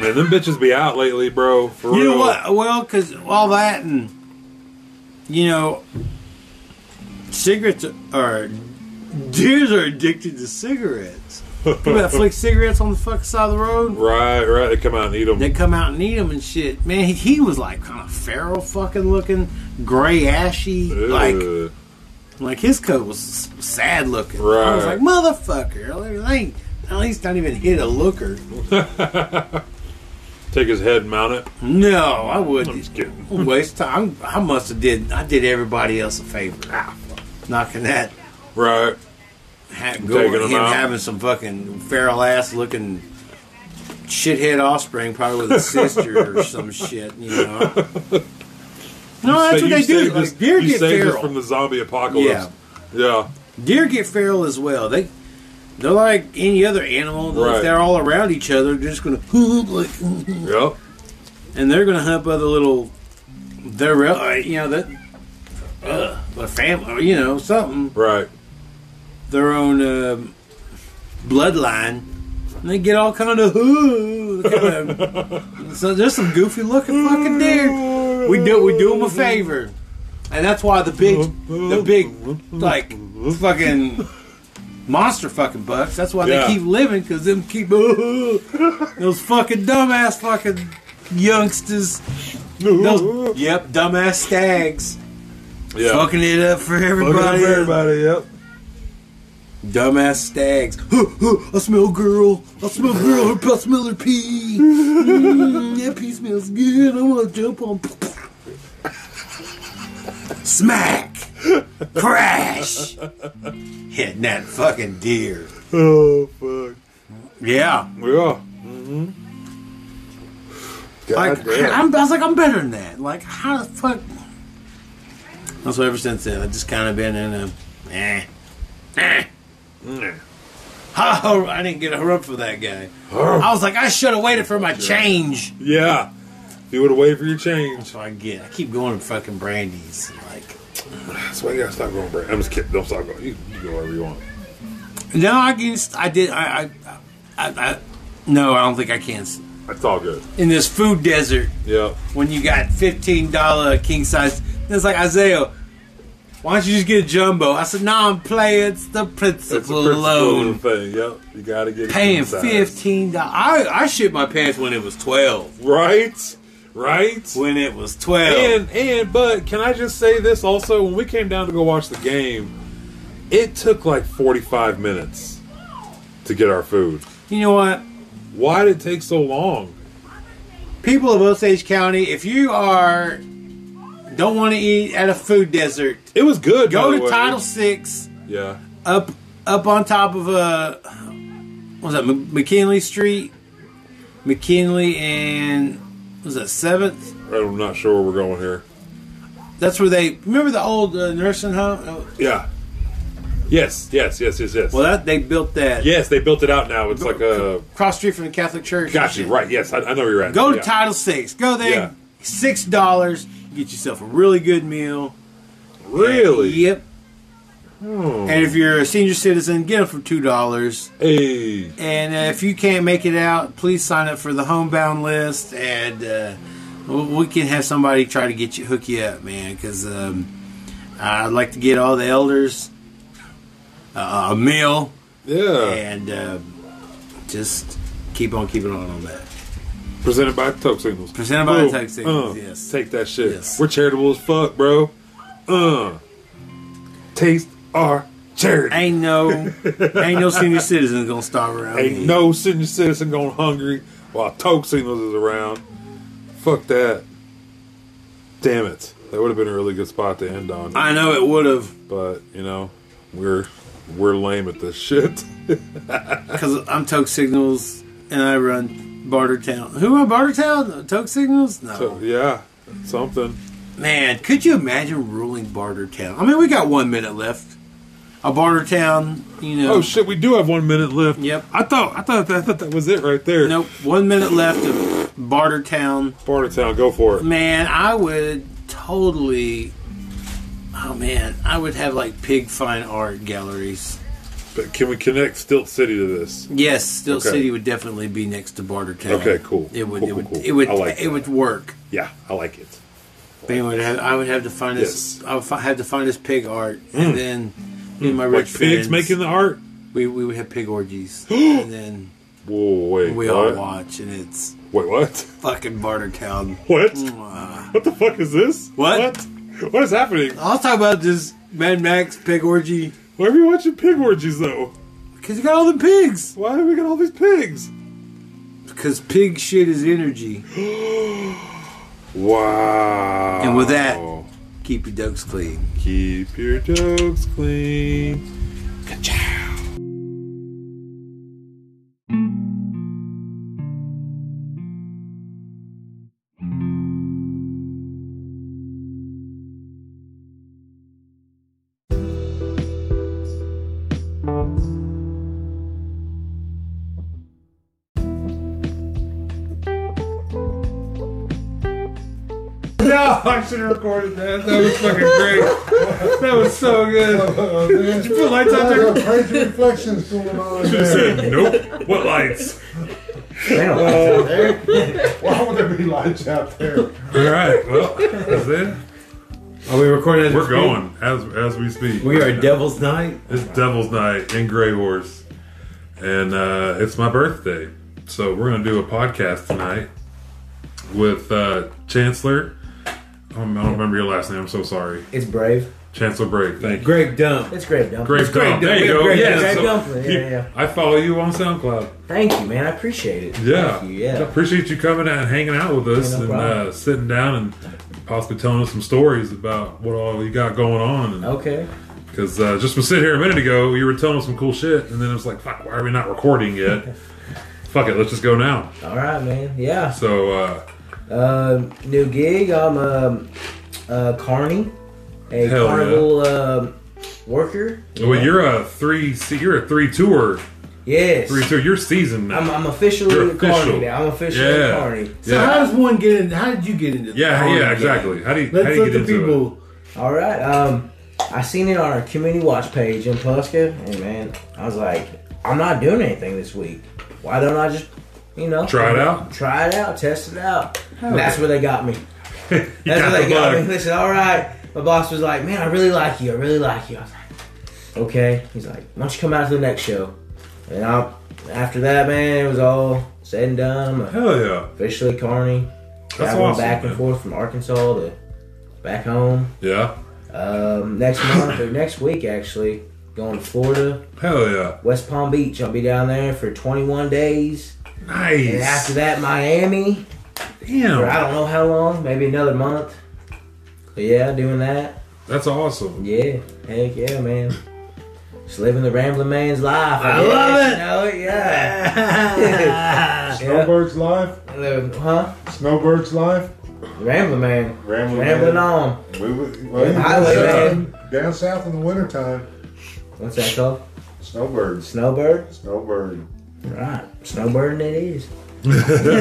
[SPEAKER 2] Man, them bitches be out lately, bro. For
[SPEAKER 1] You
[SPEAKER 2] real.
[SPEAKER 1] know what? Well, because all that and you know, cigarettes are deers are addicted to cigarettes. People that flick cigarettes on the fuck side of the road,
[SPEAKER 2] Right. Right. They come out and eat them.
[SPEAKER 1] they come out and eat them and shit. Man, he, he was like kind of feral, fucking looking, gray, ashy, like like his coat was s- sad looking. I was
[SPEAKER 2] Right.
[SPEAKER 1] like, motherfucker, I ain't, at least not even hit a looker.
[SPEAKER 2] take his head, and mount it.
[SPEAKER 1] No, I wouldn't.
[SPEAKER 2] just kidding.
[SPEAKER 1] Waste time. I must have did. I did everybody else a favor. Ah, fuck. Knocking that
[SPEAKER 2] Right.
[SPEAKER 1] hat
[SPEAKER 2] Taking
[SPEAKER 1] going.
[SPEAKER 2] them
[SPEAKER 1] Him
[SPEAKER 2] out.
[SPEAKER 1] having some fucking feral ass looking shithead offspring, probably with a sister or some shit. You know. No, Oh, that's what
[SPEAKER 2] So you
[SPEAKER 1] they do.
[SPEAKER 2] saved us-
[SPEAKER 1] Like, deer
[SPEAKER 2] you
[SPEAKER 1] get
[SPEAKER 2] saved us
[SPEAKER 1] feral.
[SPEAKER 2] from the zombie apocalypse. Yeah. Yeah.
[SPEAKER 1] deer get feral as well. They they're like any other animal.
[SPEAKER 2] Right.
[SPEAKER 1] If they're all around each other, they're just gonna like
[SPEAKER 2] Yep.
[SPEAKER 1] and they're going to hunt other little, they're real, uh, you know that, uh, a family, you know something,
[SPEAKER 2] Right.
[SPEAKER 1] their own um bloodline, and they get all kind of ooh, kind of, so there's some goofy looking fucking deer. We do we do them a favor, and that's why the big the big like fucking. Monster fucking bucks. That's why
[SPEAKER 2] Yeah.
[SPEAKER 1] they keep living because them keep ooh, those fucking dumbass fucking youngsters. Those, yep, dumbass stags
[SPEAKER 2] Yeah.
[SPEAKER 1] fucking it up for
[SPEAKER 2] Fucking up
[SPEAKER 1] everybody.
[SPEAKER 2] everybody. Yep.
[SPEAKER 1] Dumbass stags. Huh, huh, I smell girl. I smell girl. Her I smell her pee. Mm, that pee smells good. I want to jump on. Smack. Crash. Hitting that fucking deer.
[SPEAKER 2] Oh fuck.
[SPEAKER 1] Yeah.
[SPEAKER 2] Yeah.
[SPEAKER 1] Like,
[SPEAKER 2] damn.
[SPEAKER 1] I'm, I was like, I'm better than that. Like, how the fuck? And so ever since then, I've just kind of been in a, eh, eh. Oh, I didn't get a rub for that guy. I was like, I should have waited for my change.
[SPEAKER 2] Yeah. You would have waited for your change.
[SPEAKER 1] So I get, I keep going to fucking Brandy's. Like,
[SPEAKER 2] That's why you gotta stop going, Brad. I'm just kidding. Don't stop going. You, you go wherever you want.
[SPEAKER 1] no, I can. st- I did. I, I, I, I, no, I don't think I can. s-
[SPEAKER 2] That's all good.
[SPEAKER 1] In this food desert,
[SPEAKER 2] Yeah.
[SPEAKER 1] when you got fifteen dollar king size. And it's like Isaiah, why don't you just get a jumbo? I said, No, I'm playing. It's the principle,
[SPEAKER 2] It's a principle
[SPEAKER 1] alone.
[SPEAKER 2] thing. Yep. You gotta get it
[SPEAKER 1] Paying
[SPEAKER 2] inside.
[SPEAKER 1] fifteen dollars. I I shit my pants when it was twelve.
[SPEAKER 2] Right. Right.
[SPEAKER 1] When it was twelve.
[SPEAKER 2] And and but can I just say this also? When we came down to go watch the game, it took like 45 minutes to get our food.
[SPEAKER 1] you know what?
[SPEAKER 2] Why did it take so long?
[SPEAKER 1] People of Osage County, if you are don't want to eat at a food desert,
[SPEAKER 2] It was good. by
[SPEAKER 1] go
[SPEAKER 2] the
[SPEAKER 1] to
[SPEAKER 2] way.
[SPEAKER 1] Title Six
[SPEAKER 2] Yeah.
[SPEAKER 1] up up on top of uh, what was that Mc- McKinley Street, McKinley and what was that Seventh?
[SPEAKER 2] I'm not sure where we're going here.
[SPEAKER 1] That's where they remember the old uh, nursing home. Oh,
[SPEAKER 2] Yeah. Yes. Yes. Yes. Yes. Yes.
[SPEAKER 1] Well, that they built that
[SPEAKER 2] yes. They built it out now. It's like a.
[SPEAKER 1] cross street from the Catholic Church.
[SPEAKER 2] Got you right. Yes. I, I know where you're at.
[SPEAKER 1] Go to
[SPEAKER 2] Yeah.
[SPEAKER 1] Title Six. Go there.
[SPEAKER 2] Yeah.
[SPEAKER 1] Six dollars. Get yourself a really good meal.
[SPEAKER 2] Really? Hmm.
[SPEAKER 1] Yep. And if you're a senior citizen, get them for two dollars.
[SPEAKER 2] Hey.
[SPEAKER 1] And uh, if you can't make it out, please sign up for the homebound list, and uh, we we can have somebody try to get you hook you up, man. Because um, I'd like to get all the elders uh, a meal
[SPEAKER 2] Yeah.
[SPEAKER 1] and uh, just keep on keeping on on that.
[SPEAKER 2] Presented by Tug Signals.
[SPEAKER 1] Presented by
[SPEAKER 2] Boom.
[SPEAKER 1] Tug Signals,
[SPEAKER 2] Uh,
[SPEAKER 1] yes.
[SPEAKER 2] Take that shit.
[SPEAKER 1] Yes.
[SPEAKER 2] We're charitable as fuck, bro. Uh. Taste our charity. Ain't,
[SPEAKER 1] Ain't no, ain't no senior citizen gonna starve around. me.
[SPEAKER 2] no senior citizen going hungry while Tug Signals is around. Fuck that. Damn it. That would have been a really good spot to end on.
[SPEAKER 1] I know it would have,
[SPEAKER 2] but, you know, we're we're lame at this shit.
[SPEAKER 1] cause I'm Toke Signals and I run Bartertown. Who run Bartertown? Toke Signals? No,
[SPEAKER 2] So, yeah. Something.
[SPEAKER 1] man. Could you imagine ruling Bartertown? I mean, we got one minute left. A Bartertown, you know.
[SPEAKER 2] Oh shit, we do have one minute left.
[SPEAKER 1] Yep.
[SPEAKER 2] I thought I thought that, I thought that was it right there.
[SPEAKER 1] Nope, one minute left of Bartertown.
[SPEAKER 2] Bartertown, go for it.
[SPEAKER 1] Man, I would totally. Oh man, I would have like pig fine art galleries.
[SPEAKER 2] But can we connect Stilt City to this?
[SPEAKER 1] Yes, Still
[SPEAKER 2] Okay.
[SPEAKER 1] City would definitely be next to Bartertown.
[SPEAKER 2] Okay, cool.
[SPEAKER 1] It would.
[SPEAKER 2] Cool,
[SPEAKER 1] it
[SPEAKER 2] cool,
[SPEAKER 1] would.
[SPEAKER 2] cool.
[SPEAKER 1] It would.
[SPEAKER 2] I like
[SPEAKER 1] it would work.
[SPEAKER 2] Yeah, I like it.
[SPEAKER 1] But anyway, I'd have- I would have to find this.
[SPEAKER 2] Yes. Hmm.
[SPEAKER 1] I would fi- have to find this pig art, and then me and my
[SPEAKER 2] Like
[SPEAKER 1] rich
[SPEAKER 2] pigs
[SPEAKER 1] friends,
[SPEAKER 2] making the art.
[SPEAKER 1] we we would have pig orgies, and then
[SPEAKER 2] Whoa, wait,
[SPEAKER 1] we all
[SPEAKER 2] what?
[SPEAKER 1] watch, and it's
[SPEAKER 2] Wait, what?
[SPEAKER 1] fucking Bartertown.
[SPEAKER 2] What?
[SPEAKER 1] Uh,
[SPEAKER 2] What the fuck is this?
[SPEAKER 1] What?
[SPEAKER 2] What, what is happening?
[SPEAKER 1] I'll talk about this Mad Max pig orgy
[SPEAKER 2] Why are we watching pig orgies though?
[SPEAKER 1] because you got all the pigs.
[SPEAKER 2] Why have we got all these pigs?
[SPEAKER 1] Because pig shit is energy.
[SPEAKER 2] Wow.
[SPEAKER 1] And with that-
[SPEAKER 2] Oh.
[SPEAKER 1] Keep your ducks clean.
[SPEAKER 2] keep your jokes clean.
[SPEAKER 1] Oh, I should have recorded that. That was fucking great. That was so good.
[SPEAKER 3] Oh, man.
[SPEAKER 1] Put lights out
[SPEAKER 3] I
[SPEAKER 1] there.
[SPEAKER 3] got crazy reflections going on in there.
[SPEAKER 2] said, nope. What lights?
[SPEAKER 3] Hey, why would there be lights out there?
[SPEAKER 2] All right. Well, that's it.
[SPEAKER 4] Are we recording? As we
[SPEAKER 2] We're
[SPEAKER 4] speak?
[SPEAKER 2] going as as we speak.
[SPEAKER 4] We are Devil's Night.
[SPEAKER 2] It's Devil's Night in Grey Horse, and uh, it's my birthday, so we're gonna do a podcast tonight with uh, Chancellor. I don't, I don't remember your last name. I'm so sorry,
[SPEAKER 5] It's brave.
[SPEAKER 2] Chancellor Brave. Thank you.
[SPEAKER 4] Greg Dump.
[SPEAKER 5] It's grave dumpling.
[SPEAKER 2] Grave
[SPEAKER 4] Grave
[SPEAKER 2] Dump. There
[SPEAKER 4] Dump.
[SPEAKER 2] you go.
[SPEAKER 4] Grave
[SPEAKER 2] Yes.
[SPEAKER 5] Dump.
[SPEAKER 2] so-
[SPEAKER 5] Grave Dump. Yeah, yeah.
[SPEAKER 2] I follow you on SoundCloud.
[SPEAKER 5] Thank you, man. I appreciate it.
[SPEAKER 2] Yeah.
[SPEAKER 5] Thank you, yeah.
[SPEAKER 2] Appreciate you coming out and hanging out with us
[SPEAKER 5] Yeah, no
[SPEAKER 2] and
[SPEAKER 5] problem.
[SPEAKER 2] uh, sitting down and possibly telling us some stories about what all you got going on.
[SPEAKER 5] Okay.
[SPEAKER 2] Because uh, just from sitting here a minute ago, you were telling us some cool shit, and then it was like, fuck, why are we not recording yet? fuck it, let's just go now.
[SPEAKER 5] All right, man. Yeah.
[SPEAKER 2] So, uh,
[SPEAKER 5] Um, new gig. I'm um, a carny, a
[SPEAKER 2] Hell yeah.
[SPEAKER 5] carnival um, worker.
[SPEAKER 2] well, you're a three, se- you're a three tour,
[SPEAKER 5] Yes.
[SPEAKER 2] three tour. You're seasoned now.
[SPEAKER 5] I'm, I'm officially
[SPEAKER 2] You're
[SPEAKER 5] a carny
[SPEAKER 2] official.
[SPEAKER 5] now. I'm officially
[SPEAKER 2] Yeah.
[SPEAKER 5] a carny.
[SPEAKER 2] yeah,
[SPEAKER 1] So how does one get in? How did you get into?
[SPEAKER 2] yeah,
[SPEAKER 1] Oh,
[SPEAKER 2] yeah, exactly. How do you, how
[SPEAKER 1] Let's
[SPEAKER 2] do you
[SPEAKER 1] let
[SPEAKER 2] get
[SPEAKER 1] the
[SPEAKER 2] into it?
[SPEAKER 1] people.
[SPEAKER 5] All right. Um, I seen it on our community watch page in Pluska, and man, I was like, I'm not doing anything this week. Why don't I just, you know,
[SPEAKER 2] Try it out?
[SPEAKER 5] Try it out. Test it out. And that's where they got me.
[SPEAKER 2] You
[SPEAKER 5] That's
[SPEAKER 2] got
[SPEAKER 5] what
[SPEAKER 2] the
[SPEAKER 5] they got me.
[SPEAKER 2] bug.
[SPEAKER 5] They said, all right. My boss was like, man, I really like you. I really like you. I was like, okay. He's like, why don't you come out to the next show? And I, after that, man, it was all said and done. I'm
[SPEAKER 2] Hell yeah.
[SPEAKER 5] officially Carney.
[SPEAKER 2] That's
[SPEAKER 5] Traveling
[SPEAKER 2] awesome,
[SPEAKER 5] back and
[SPEAKER 2] man.
[SPEAKER 5] forth from Arkansas to back home.
[SPEAKER 2] Yeah.
[SPEAKER 5] Um, next month or next week, actually, going to Florida,
[SPEAKER 2] Hell yeah.
[SPEAKER 5] West Palm Beach. I'll be down there for 21 days. And after
[SPEAKER 2] Nice.
[SPEAKER 5] that, Miami. For I
[SPEAKER 2] Damn.
[SPEAKER 5] don't know how long, maybe another month. But yeah, doing that.
[SPEAKER 2] That's awesome.
[SPEAKER 5] Yeah, heck yeah, man. Just living the rambling man's life. I,
[SPEAKER 1] I love
[SPEAKER 5] guess,
[SPEAKER 1] it.
[SPEAKER 5] you know it. Yeah. yeah.
[SPEAKER 3] Snowbird's life.
[SPEAKER 5] Living- Huh?
[SPEAKER 3] Snowbird's life.
[SPEAKER 5] Rambling man.
[SPEAKER 3] Rambling.
[SPEAKER 5] Rambling on.
[SPEAKER 3] We would, well, you
[SPEAKER 5] Highway
[SPEAKER 3] know,
[SPEAKER 5] man.
[SPEAKER 3] Down south in the wintertime.
[SPEAKER 5] What's that called?
[SPEAKER 3] Snowbirds.
[SPEAKER 5] Snowbird.
[SPEAKER 3] Snowbird.
[SPEAKER 5] Right. Snowbirding it is.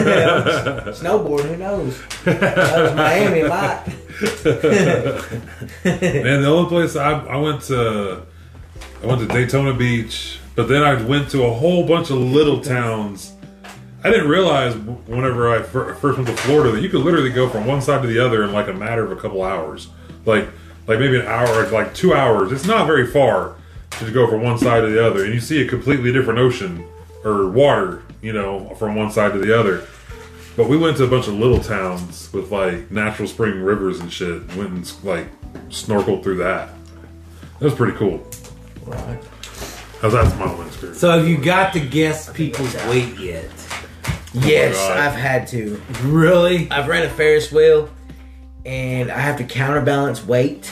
[SPEAKER 5] Snowboard. Who knows? That was Miami a lot.
[SPEAKER 2] Man, the only place I, I went to, I went to Daytona Beach, but then I went to a whole bunch of little towns. I didn't realize w- whenever I fir- first went to Florida that you could literally go from one side to the other in like a matter of a couple hours, like like maybe an hour, like two hours. It's not very far to go from one side to the other, and you see a completely different ocean or water, you know, from one side to the other. But we went to a bunch of little towns with like natural spring rivers and shit. Went and like snorkeled through that. That was pretty cool.
[SPEAKER 5] Right.
[SPEAKER 2] How's that my own experience?
[SPEAKER 1] So have you got to guess people's weight yet?
[SPEAKER 5] Yes,
[SPEAKER 2] God.
[SPEAKER 5] I've had to.
[SPEAKER 1] Really?
[SPEAKER 5] I've ran a Ferris wheel, and I have to counterbalance weight.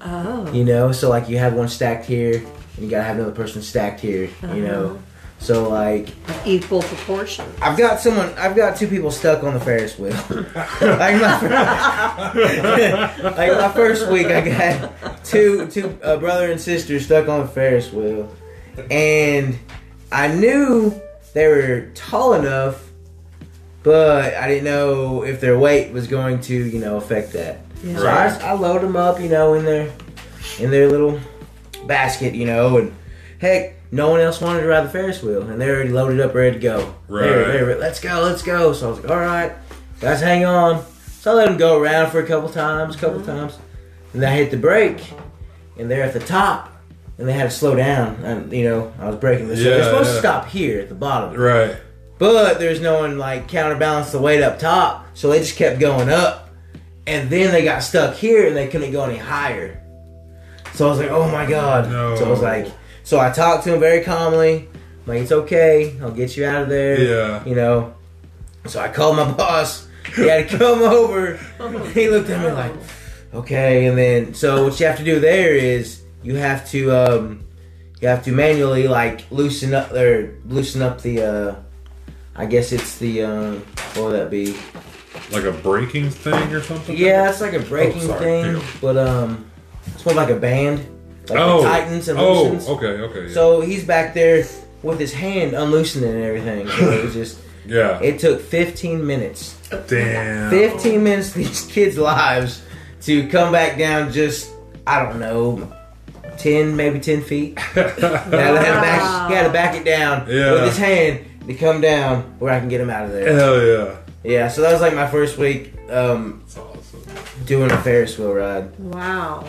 [SPEAKER 6] Oh.
[SPEAKER 5] You know, so like you have one stacked here, and you gotta have another person stacked here. You know, so like
[SPEAKER 6] Equal proportion.
[SPEAKER 5] I've got someone, I've got two people stuck on the Ferris wheel. like my first, like my first week, I got two two a brother and sister stuck on the Ferris wheel, and I knew they were tall enough, but I didn't know if their weight was going to you know affect that.
[SPEAKER 6] Yeah.
[SPEAKER 5] So I, I load them up, you know, in their in their little basket, you know, and heck, no one else wanted to ride the Ferris wheel, and they're already loaded up, ready to go. They were-
[SPEAKER 2] Right.
[SPEAKER 5] they were, let's go, let's go. So I was like, all right, guys, hang on. So I let them go around for a couple times, couple times, and then I hit the brake, and they're at the top, and they had to slow down, and you know, I was breaking this.
[SPEAKER 2] Yeah,
[SPEAKER 5] they're supposed
[SPEAKER 2] yeah.
[SPEAKER 5] to stop here at the bottom,
[SPEAKER 2] Right.
[SPEAKER 5] but there's no one like counterbalance the weight up top, so they just kept going up, and then they got stuck here and they couldn't go any higher. So I was like, oh my god.
[SPEAKER 2] No.
[SPEAKER 5] So I was like, so I talked to him very calmly, I'm like it's okay, I'll get you out of there.
[SPEAKER 2] Yeah.
[SPEAKER 5] You know. So I called my boss. He had to come over. He looked at me like, okay, and then so what you have to do there is you have to um, you have to manually like loosen up or loosen up the. Uh, I guess it's the um, what would that be?
[SPEAKER 2] Like a breaking thing or something.
[SPEAKER 5] Yeah, it's like a breaking
[SPEAKER 2] Oh, sorry.
[SPEAKER 5] thing,
[SPEAKER 2] Ew.
[SPEAKER 5] but um, it's more like a band, like
[SPEAKER 2] Oh.
[SPEAKER 5] it tightens and
[SPEAKER 2] oh.
[SPEAKER 5] loosens.
[SPEAKER 2] Okay. Okay. yeah.
[SPEAKER 5] So he's back there with his hand unloosening and everything. So it was just
[SPEAKER 2] Yeah.
[SPEAKER 5] It took 15 minutes.
[SPEAKER 2] Oh.
[SPEAKER 4] Damn.
[SPEAKER 5] 15 minutes of these kids' lives to come back down just, I don't know, 10, maybe 10 feet. he, had to back, he had to back it down
[SPEAKER 2] Yeah.
[SPEAKER 5] with his hand to come down where I can get him out of there.
[SPEAKER 2] Hell yeah.
[SPEAKER 5] Yeah, so that was like my first week um,
[SPEAKER 2] That's awesome.
[SPEAKER 5] doing a Ferris wheel ride.
[SPEAKER 6] Wow.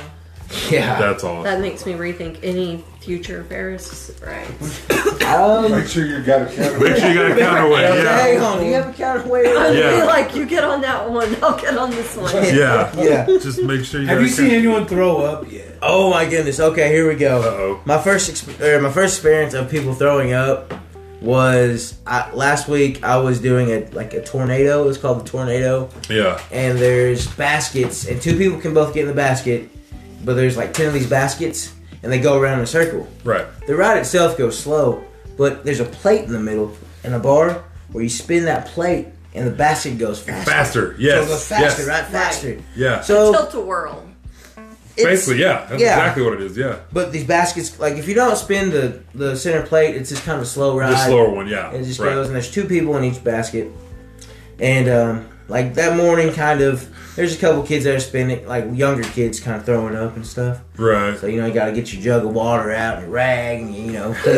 [SPEAKER 5] Yeah.
[SPEAKER 2] That's awesome.
[SPEAKER 6] That makes me rethink any future Ferris rides.
[SPEAKER 5] Um,
[SPEAKER 3] Make sure you got a camera.
[SPEAKER 2] Make sure you got a counterweight.
[SPEAKER 5] Hang
[SPEAKER 2] Yeah.
[SPEAKER 5] on, do you have a counterweight?
[SPEAKER 6] I'd
[SPEAKER 2] Yeah.
[SPEAKER 6] be like, you get on that one, I'll get on this one.
[SPEAKER 2] Yeah.
[SPEAKER 5] Yeah.
[SPEAKER 2] Just make sure you
[SPEAKER 4] Have
[SPEAKER 2] got
[SPEAKER 4] you
[SPEAKER 2] a
[SPEAKER 4] seen anyone throw up yet?
[SPEAKER 5] Oh my goodness. Okay, here we go.
[SPEAKER 2] Uh-oh.
[SPEAKER 5] My first exp- er, my first experience of people throwing up was I, last week. I was doing a like a tornado. It was called the tornado,
[SPEAKER 2] Yeah.
[SPEAKER 5] and there's baskets, and two people can both get in the basket, but there's like ten of these baskets, and they go around in a circle.
[SPEAKER 2] Right.
[SPEAKER 5] The ride itself goes slow, but there's a plate in the middle and a bar where you spin that plate, and the basket goes faster.
[SPEAKER 2] Faster.
[SPEAKER 5] So
[SPEAKER 2] Yes.
[SPEAKER 5] it goes faster,
[SPEAKER 2] yes.
[SPEAKER 5] right? Faster.
[SPEAKER 2] Yeah.
[SPEAKER 5] So
[SPEAKER 6] Tilt a whirl.
[SPEAKER 5] it's-
[SPEAKER 2] Basically, yeah. That's
[SPEAKER 5] yeah.
[SPEAKER 2] exactly what it is. Yeah.
[SPEAKER 5] But these baskets, like if you don't spin the the center plate, it's just kind of a slow ride.
[SPEAKER 2] The slower one. Yeah.
[SPEAKER 5] It just
[SPEAKER 2] right.
[SPEAKER 5] goes, and there's two people in each basket. And um, like that morning, kind of, there's a couple kids that are spinning, like younger kids, kind of throwing up and stuff.
[SPEAKER 2] Right.
[SPEAKER 5] So you know, you got to get your jug of water out and a rag, and you know, clean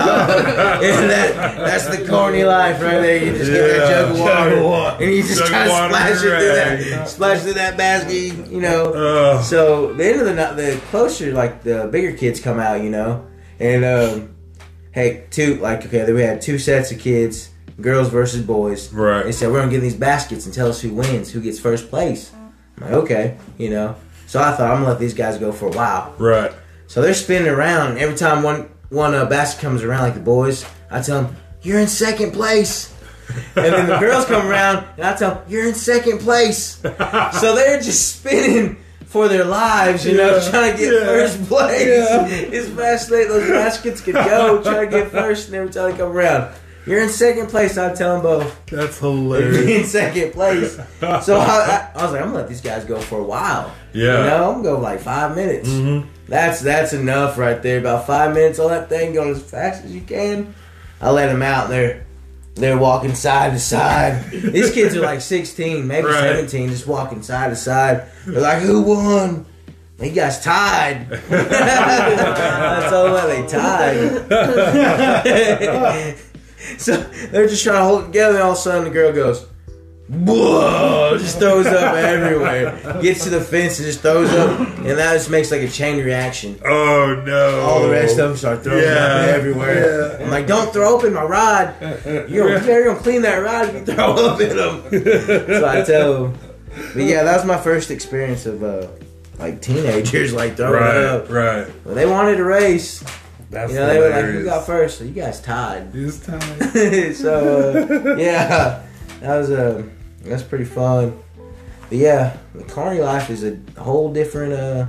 [SPEAKER 5] out. Isn't that that's the corny life right there? You just get that jug of
[SPEAKER 2] Yeah,
[SPEAKER 5] water,
[SPEAKER 2] jug of wa-
[SPEAKER 5] and you just
[SPEAKER 2] jug of
[SPEAKER 5] kind of
[SPEAKER 2] water
[SPEAKER 5] splash it
[SPEAKER 2] and
[SPEAKER 5] through
[SPEAKER 2] rag. Uh,
[SPEAKER 5] that, splash through that basket, you know.
[SPEAKER 2] Ugh.
[SPEAKER 5] So the end of the night, the closer like the bigger kids come out, you know, and um, hey, two like okay, we had two sets of kids, girls versus boys.
[SPEAKER 2] Right.
[SPEAKER 5] They said we're gonna give these baskets and tell us who wins, who gets first place. I'm like, okay, you know. So I thought I'm gonna let these guys go for a while.
[SPEAKER 2] Right.
[SPEAKER 5] So they're spinning around, and every time one one uh, basket comes around, like the boys, I tell them you're in second place. And then the girls come around, and I tell them you're in second place. So they're just spinning for their lives, you know,
[SPEAKER 2] Yeah,
[SPEAKER 5] trying to get
[SPEAKER 2] yeah,
[SPEAKER 5] first place
[SPEAKER 2] yeah.
[SPEAKER 5] as fast as those baskets could go, trying to get first. And every time they come around, you're in second place. I tell them both
[SPEAKER 2] That's
[SPEAKER 5] you're
[SPEAKER 2] hilarious.
[SPEAKER 5] in second place. So I, I, I was like, I'm gonna let these guys go for a while.
[SPEAKER 2] Yeah. Mm-hmm.
[SPEAKER 5] You know, I'm gonna go like five minutes. That's that's enough right there. About five minutes on that thing, going as fast as you can. I let them out. They're they're walking side to side. These kids are like 16, maybe
[SPEAKER 2] Right.
[SPEAKER 5] 17, just walking side to side. They're like, who won? They guys tied. That's all why they tied. so they're just trying to hold it together. And all of a sudden, the girl goes. Whoa! Just throws up everywhere. Gets to the fence and just throws up, and that just makes like a chain reaction.
[SPEAKER 2] Oh no.
[SPEAKER 5] All the rest of them start throwing
[SPEAKER 2] Yeah.
[SPEAKER 5] up everywhere. I'm like, don't throw up in my rod. You're gonna, you're gonna clean that rod if you throw up in them. so I tell them. But yeah, that was my first experience of uh, like teenagers like throwing
[SPEAKER 2] Right.
[SPEAKER 5] up.
[SPEAKER 2] Right.
[SPEAKER 5] Well, they wanted a race.
[SPEAKER 2] That's
[SPEAKER 5] You know, they were like, who got first? So you guys tied. so uh, yeah, that was uh, that's pretty fun. But yeah, the carny life is a whole different uh,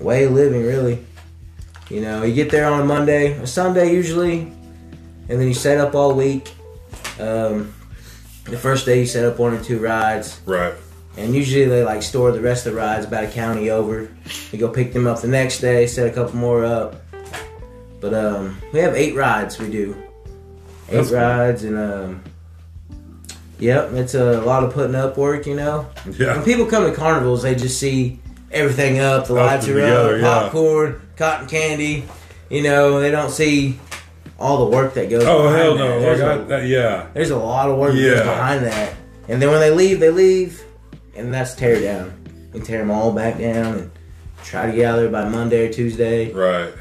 [SPEAKER 5] way of living, really. You know, you get there on a Monday, or Sunday usually, and then you set up all week. Um, the first day you set up one or two rides,
[SPEAKER 2] Right.
[SPEAKER 5] and usually they like store the rest of the rides about a county over. We go pick them up the next day, set a couple more up. But um, we have eight rides. We do eight
[SPEAKER 2] That's cool.
[SPEAKER 5] rides, and um, yep, it's a lot of putting up work, you know. When
[SPEAKER 2] Yeah.
[SPEAKER 5] people come to carnivals, they just see everything up, the
[SPEAKER 2] Up
[SPEAKER 5] lights
[SPEAKER 2] and
[SPEAKER 5] are
[SPEAKER 2] together,
[SPEAKER 5] up,
[SPEAKER 2] yeah.
[SPEAKER 5] popcorn, cotton candy. You know, they don't see all the work that goes.
[SPEAKER 2] Oh
[SPEAKER 5] behind
[SPEAKER 2] hell
[SPEAKER 5] that.
[SPEAKER 2] no. Like
[SPEAKER 5] There's
[SPEAKER 2] I,
[SPEAKER 5] a-
[SPEAKER 2] that, yeah.
[SPEAKER 5] there's a lot of work that
[SPEAKER 2] Yeah.
[SPEAKER 5] goes behind that. And then when they leave, they leave, and that's tear down. We tear them all back down and try to get out of there by Monday or Tuesday.
[SPEAKER 2] Right.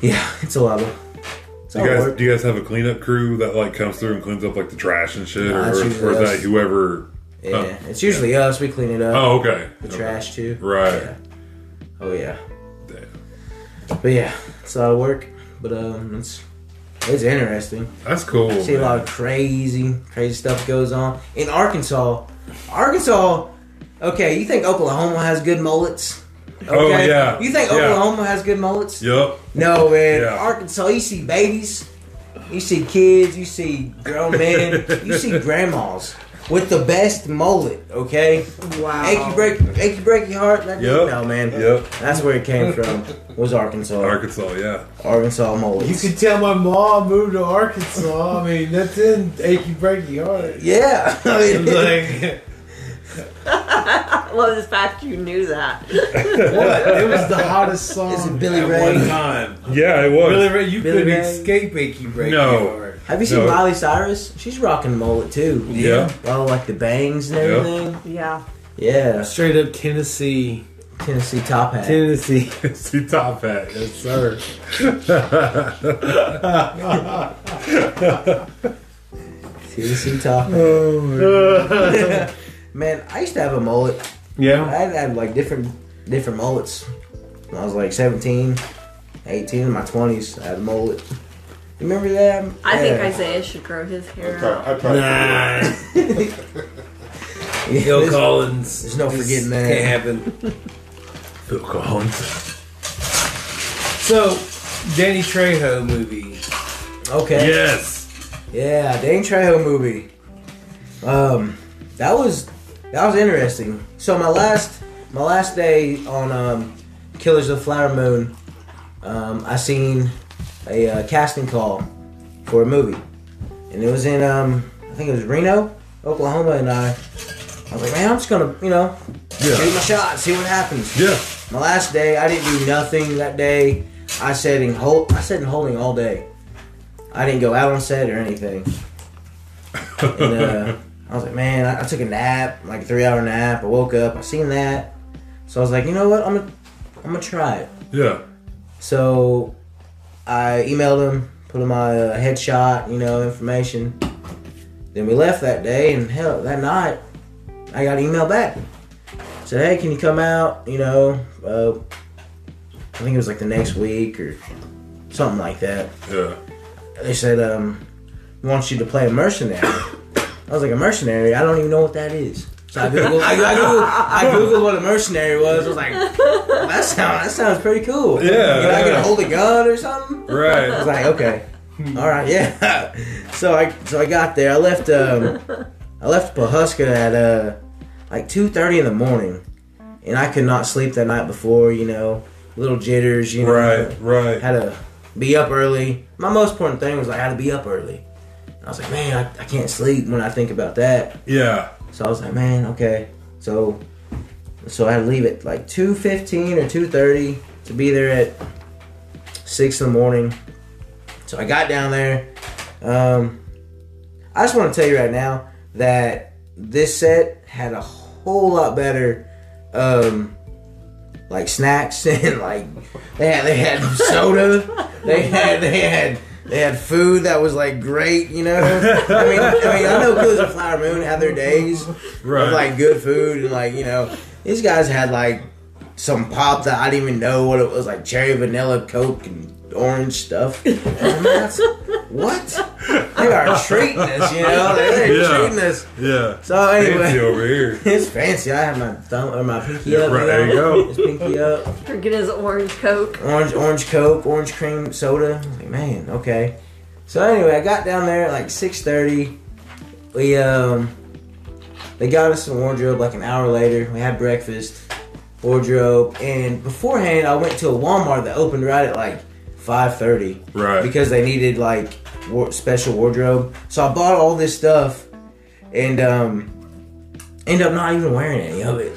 [SPEAKER 5] Yeah, it's a lot of. It's a
[SPEAKER 2] You
[SPEAKER 5] lot of
[SPEAKER 2] guys,
[SPEAKER 5] work.
[SPEAKER 2] do you guys have a cleanup crew that like comes through and cleans up like the trash and shit,
[SPEAKER 5] No,
[SPEAKER 2] or,
[SPEAKER 5] that's
[SPEAKER 2] or is
[SPEAKER 5] usually us.
[SPEAKER 2] that whoever?
[SPEAKER 5] yeah, it's usually us. We clean it up.
[SPEAKER 2] Oh, okay.
[SPEAKER 5] the
[SPEAKER 2] Okay.
[SPEAKER 5] trash too.
[SPEAKER 2] Right.
[SPEAKER 5] Yeah. Oh yeah.
[SPEAKER 2] Damn.
[SPEAKER 5] But yeah, it's a lot of work. But um, it's it's interesting.
[SPEAKER 2] That's cool.
[SPEAKER 5] See a
[SPEAKER 2] man.
[SPEAKER 5] lot of crazy, crazy stuff goes on in Arkansas. Arkansas. Okay, you think Oklahoma has good mullets? Okay.
[SPEAKER 2] Oh, yeah.
[SPEAKER 5] You think
[SPEAKER 2] Yeah.
[SPEAKER 5] Oklahoma has good mullets?
[SPEAKER 2] Yep.
[SPEAKER 5] No man.
[SPEAKER 2] Yeah.
[SPEAKER 5] Arkansas, you see babies, you see kids, you see grown men, you see grandmas. with the best mullet, okay?
[SPEAKER 6] Wow.
[SPEAKER 5] Achy break, achy breaky heart. That
[SPEAKER 2] Yep.
[SPEAKER 5] No man.
[SPEAKER 2] Yep.
[SPEAKER 5] That's where it came from. Was Arkansas.
[SPEAKER 2] Arkansas, yeah.
[SPEAKER 5] Arkansas mullet.
[SPEAKER 4] You can tell my mom moved to Arkansas. I mean, that's in achy breaky heart.
[SPEAKER 5] Yeah. I mean,
[SPEAKER 4] Like
[SPEAKER 6] I love the fact you knew that.
[SPEAKER 4] what? It was the hottest song
[SPEAKER 5] Is it Billy
[SPEAKER 4] at
[SPEAKER 5] Ray?
[SPEAKER 4] one time.
[SPEAKER 2] Yeah, it was.
[SPEAKER 4] Billy Ray, you
[SPEAKER 5] Billy
[SPEAKER 4] couldn't
[SPEAKER 5] Ray?
[SPEAKER 4] escape achy breaky
[SPEAKER 2] No.
[SPEAKER 4] heart.
[SPEAKER 5] have you seen
[SPEAKER 2] No.
[SPEAKER 5] Miley Cyrus? She's rocking the mullet too.
[SPEAKER 2] Yeah.
[SPEAKER 5] Oh, like the bangs and
[SPEAKER 2] Yeah.
[SPEAKER 5] everything.
[SPEAKER 6] Yeah.
[SPEAKER 5] Yeah.
[SPEAKER 4] Straight up Tennessee.
[SPEAKER 5] Tennessee top hat.
[SPEAKER 4] Tennessee.
[SPEAKER 2] See top hat. Yes, sir.
[SPEAKER 5] Tennessee top hat. Man, I used to have a mullet. I
[SPEAKER 2] yeah.
[SPEAKER 5] had, had like different different mullets. When I was like 17, 18, in my 20s, I had a mullet. You remember that?
[SPEAKER 6] I think
[SPEAKER 5] Yeah.
[SPEAKER 6] Isaiah should grow his hair out.
[SPEAKER 3] I tried.
[SPEAKER 1] Nah.
[SPEAKER 5] Yeah,
[SPEAKER 4] Phil
[SPEAKER 5] this-
[SPEAKER 4] Collins.
[SPEAKER 5] there's no
[SPEAKER 4] This
[SPEAKER 5] forgetting that.
[SPEAKER 4] Can't happen.
[SPEAKER 2] Bill Collins.
[SPEAKER 4] So, Danny Trejo movie.
[SPEAKER 5] Okay.
[SPEAKER 2] Yes.
[SPEAKER 5] Yeah, Dane Trejo movie. Um, that was that was interesting. So my last my last day on um, Killers of the Flower Moon, um, I seen a uh, casting call for a movie, and it was in um, I think it was Reno, Oklahoma, and I I was like, man, I'm just gonna you know shoot
[SPEAKER 2] Yeah.
[SPEAKER 5] my shot, see what happens.
[SPEAKER 2] Yeah.
[SPEAKER 5] My last day, I didn't do nothing that day. I sat in hold. I sat in holding all day. I didn't go out on set or anything. And, uh, I was like, man, I, I took a nap, like a three-hour nap. I woke up, I seen that, so I was like, you know what, I'm gonna, I'm gonna try it.
[SPEAKER 2] Yeah.
[SPEAKER 5] So I emailed him, put in my uh, headshot, you know, information. Then we left that day, and hell, that night I got an email back. Said, hey, can you come out? You know, uh, I think it was like the next week or something like that.
[SPEAKER 2] Yeah.
[SPEAKER 5] They said, um, we want you to play a mercenary. I was like, a mercenary? I don't even know what that is. So I googled, I, I googled, I googled what a mercenary was. I was like, well, that sounds that sounds pretty cool.
[SPEAKER 2] Yeah,
[SPEAKER 5] you know, I
[SPEAKER 2] yeah.
[SPEAKER 5] can hold a gun or something. I was
[SPEAKER 2] Right.
[SPEAKER 5] like, okay, all right, yeah. So I so I got there. I left um, I left Pahuska at uh, like two thirty in the morning, and I could not sleep that night before. You know, little jitters. You know,
[SPEAKER 2] Right. Right.
[SPEAKER 5] had to be up early. My most important thing was I had to be up early. And I was like, man, I, I can't sleep when I think about that.
[SPEAKER 2] Yeah.
[SPEAKER 5] So I was like, man, okay. So so I had to leave at like two fifteen or two thirty to be there at six in the morning. So I got down there. Um, I just want to tell you right now that this set had a whole lot better, um, like snacks and like they had they had soda, they had they had they had food that was like great, you know. I mean, I mean, I know Killers of the Flower Moon had their days
[SPEAKER 2] Right.
[SPEAKER 5] of like good food and like you know these guys had like some pop that I didn't even know what it was like cherry vanilla coke and orange stuff. And I'm like, what? They are treating us, you know? They're
[SPEAKER 2] Yeah.
[SPEAKER 5] treating us.
[SPEAKER 2] Yeah.
[SPEAKER 5] So
[SPEAKER 2] Fancy
[SPEAKER 5] anyway,
[SPEAKER 2] over here.
[SPEAKER 5] it's fancy. I have my thumb or my pinky up.
[SPEAKER 2] Right, there you go.
[SPEAKER 5] It's pinky up.
[SPEAKER 6] Forget his orange coke.
[SPEAKER 5] Orange, orange coke, orange cream soda. I was like, man, okay. So anyway, I got down there at like six thirty. We um, they got us some wardrobe like an hour later. We had breakfast, wardrobe, and beforehand I went to a Walmart that opened right at like five thirty.
[SPEAKER 2] Right.
[SPEAKER 5] Because they needed like war- special wardrobe, so I bought all this stuff, and um, end up not even wearing any of it.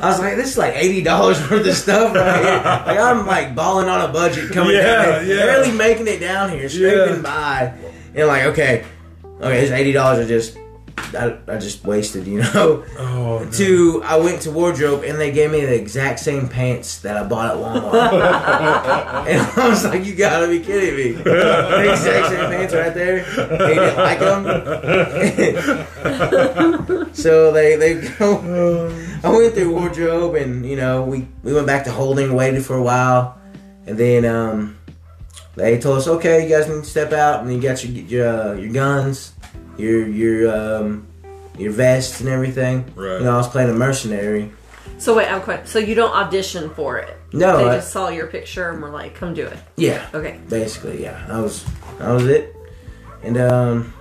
[SPEAKER 5] I was like, this is like eighty dollars worth of stuff right here. Like I'm like balling on a budget coming
[SPEAKER 2] Yeah,
[SPEAKER 5] down, here,
[SPEAKER 2] yeah.
[SPEAKER 5] barely making it down here, scraping
[SPEAKER 2] Yeah.
[SPEAKER 5] by, and like okay, okay, this eighty dollars are just I, I just wasted, you know.
[SPEAKER 2] Oh. no.
[SPEAKER 5] To I went to wardrobe and they gave me the exact same pants that I bought at Walmart, and I was like, you gotta be kidding me! The exact same pants right there. They didn't like them. so they they go. I went through wardrobe and you know we we went back to holding, waited for a while, and then um they told us okay, you guys need to step out and you got your your, uh, your guns, your your um your vests and everything.
[SPEAKER 2] Right.
[SPEAKER 5] You know I was playing a mercenary.
[SPEAKER 6] So wait, I'm quick. So you don't audition for it.
[SPEAKER 5] No,
[SPEAKER 6] They
[SPEAKER 5] I-
[SPEAKER 6] just saw your picture and were like, "Come do it."
[SPEAKER 5] Yeah.
[SPEAKER 6] Okay.
[SPEAKER 5] basically yeah that was that was it and um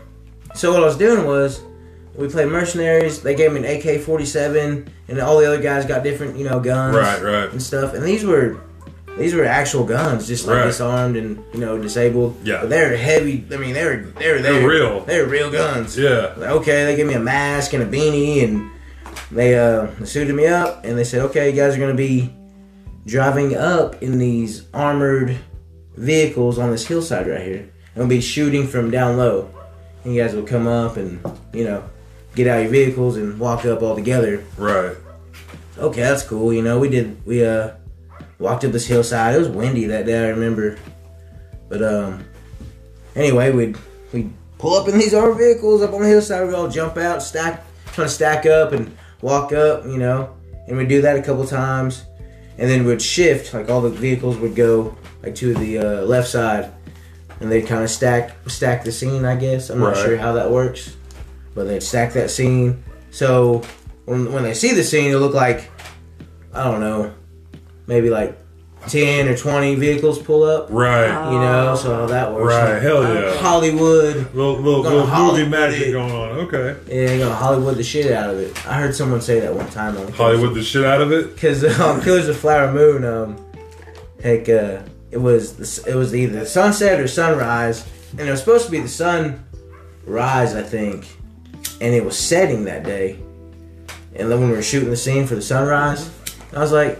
[SPEAKER 5] so what i was doing was We played mercenaries. They gave me an AK forty seven, and all the other guys got different, you know, guns,
[SPEAKER 7] Right, right.
[SPEAKER 5] and stuff. And these were. These were actual guns, just like
[SPEAKER 7] Right.
[SPEAKER 5] disarmed and you know disabled.
[SPEAKER 7] Yeah.
[SPEAKER 5] but they're heavy. I mean, they're they're
[SPEAKER 7] They're
[SPEAKER 5] they're
[SPEAKER 7] real.
[SPEAKER 5] They're real guns.
[SPEAKER 7] Yeah.
[SPEAKER 5] Like, okay, they gave me a mask and a beanie, and they uh, suited me up, and they said, okay, you guys are gonna be driving up in these armored vehicles on this hillside right here, and we'll be shooting from down low, and you guys will come up and you know get out your vehicles and walk up all together.
[SPEAKER 7] Right.
[SPEAKER 5] Okay, that's cool. You know, we did we uh walked up this hillside. It was windy that day, I remember. But um, anyway, we'd we pull up in these armored vehicles up on the hillside. We all jump out, stack, trying to stack up and walk up, you know. And we'd do that a couple times, and then we'd shift. Like all the vehicles would go like to the uh, left side, and they'd kind of stack stack the scene. I guess I'm not
[SPEAKER 7] Right.
[SPEAKER 5] sure how that works, but they'd stack that scene. So when when they see the scene, it look like I don't know, maybe like ten or twenty vehicles pull up.
[SPEAKER 7] Right.
[SPEAKER 5] You know, so that works.
[SPEAKER 7] Right. Hell yeah.
[SPEAKER 5] Hollywood.
[SPEAKER 7] Little little,
[SPEAKER 5] Gonna
[SPEAKER 7] little movie
[SPEAKER 5] Hollywood
[SPEAKER 7] magic
[SPEAKER 5] it.
[SPEAKER 7] going on. Okay.
[SPEAKER 5] Yeah, you know, Hollywood the shit out of it. I heard someone say that one time on
[SPEAKER 7] Hollywood the shit out of it.
[SPEAKER 5] because um, Killers of Flower Moon. Um, heck, uh, it was the, s- it was either the sunset or sunrise, and it was supposed to be the sunrise, I think, and it was setting that day. And then when we were shooting the scene for the sunrise, I was like,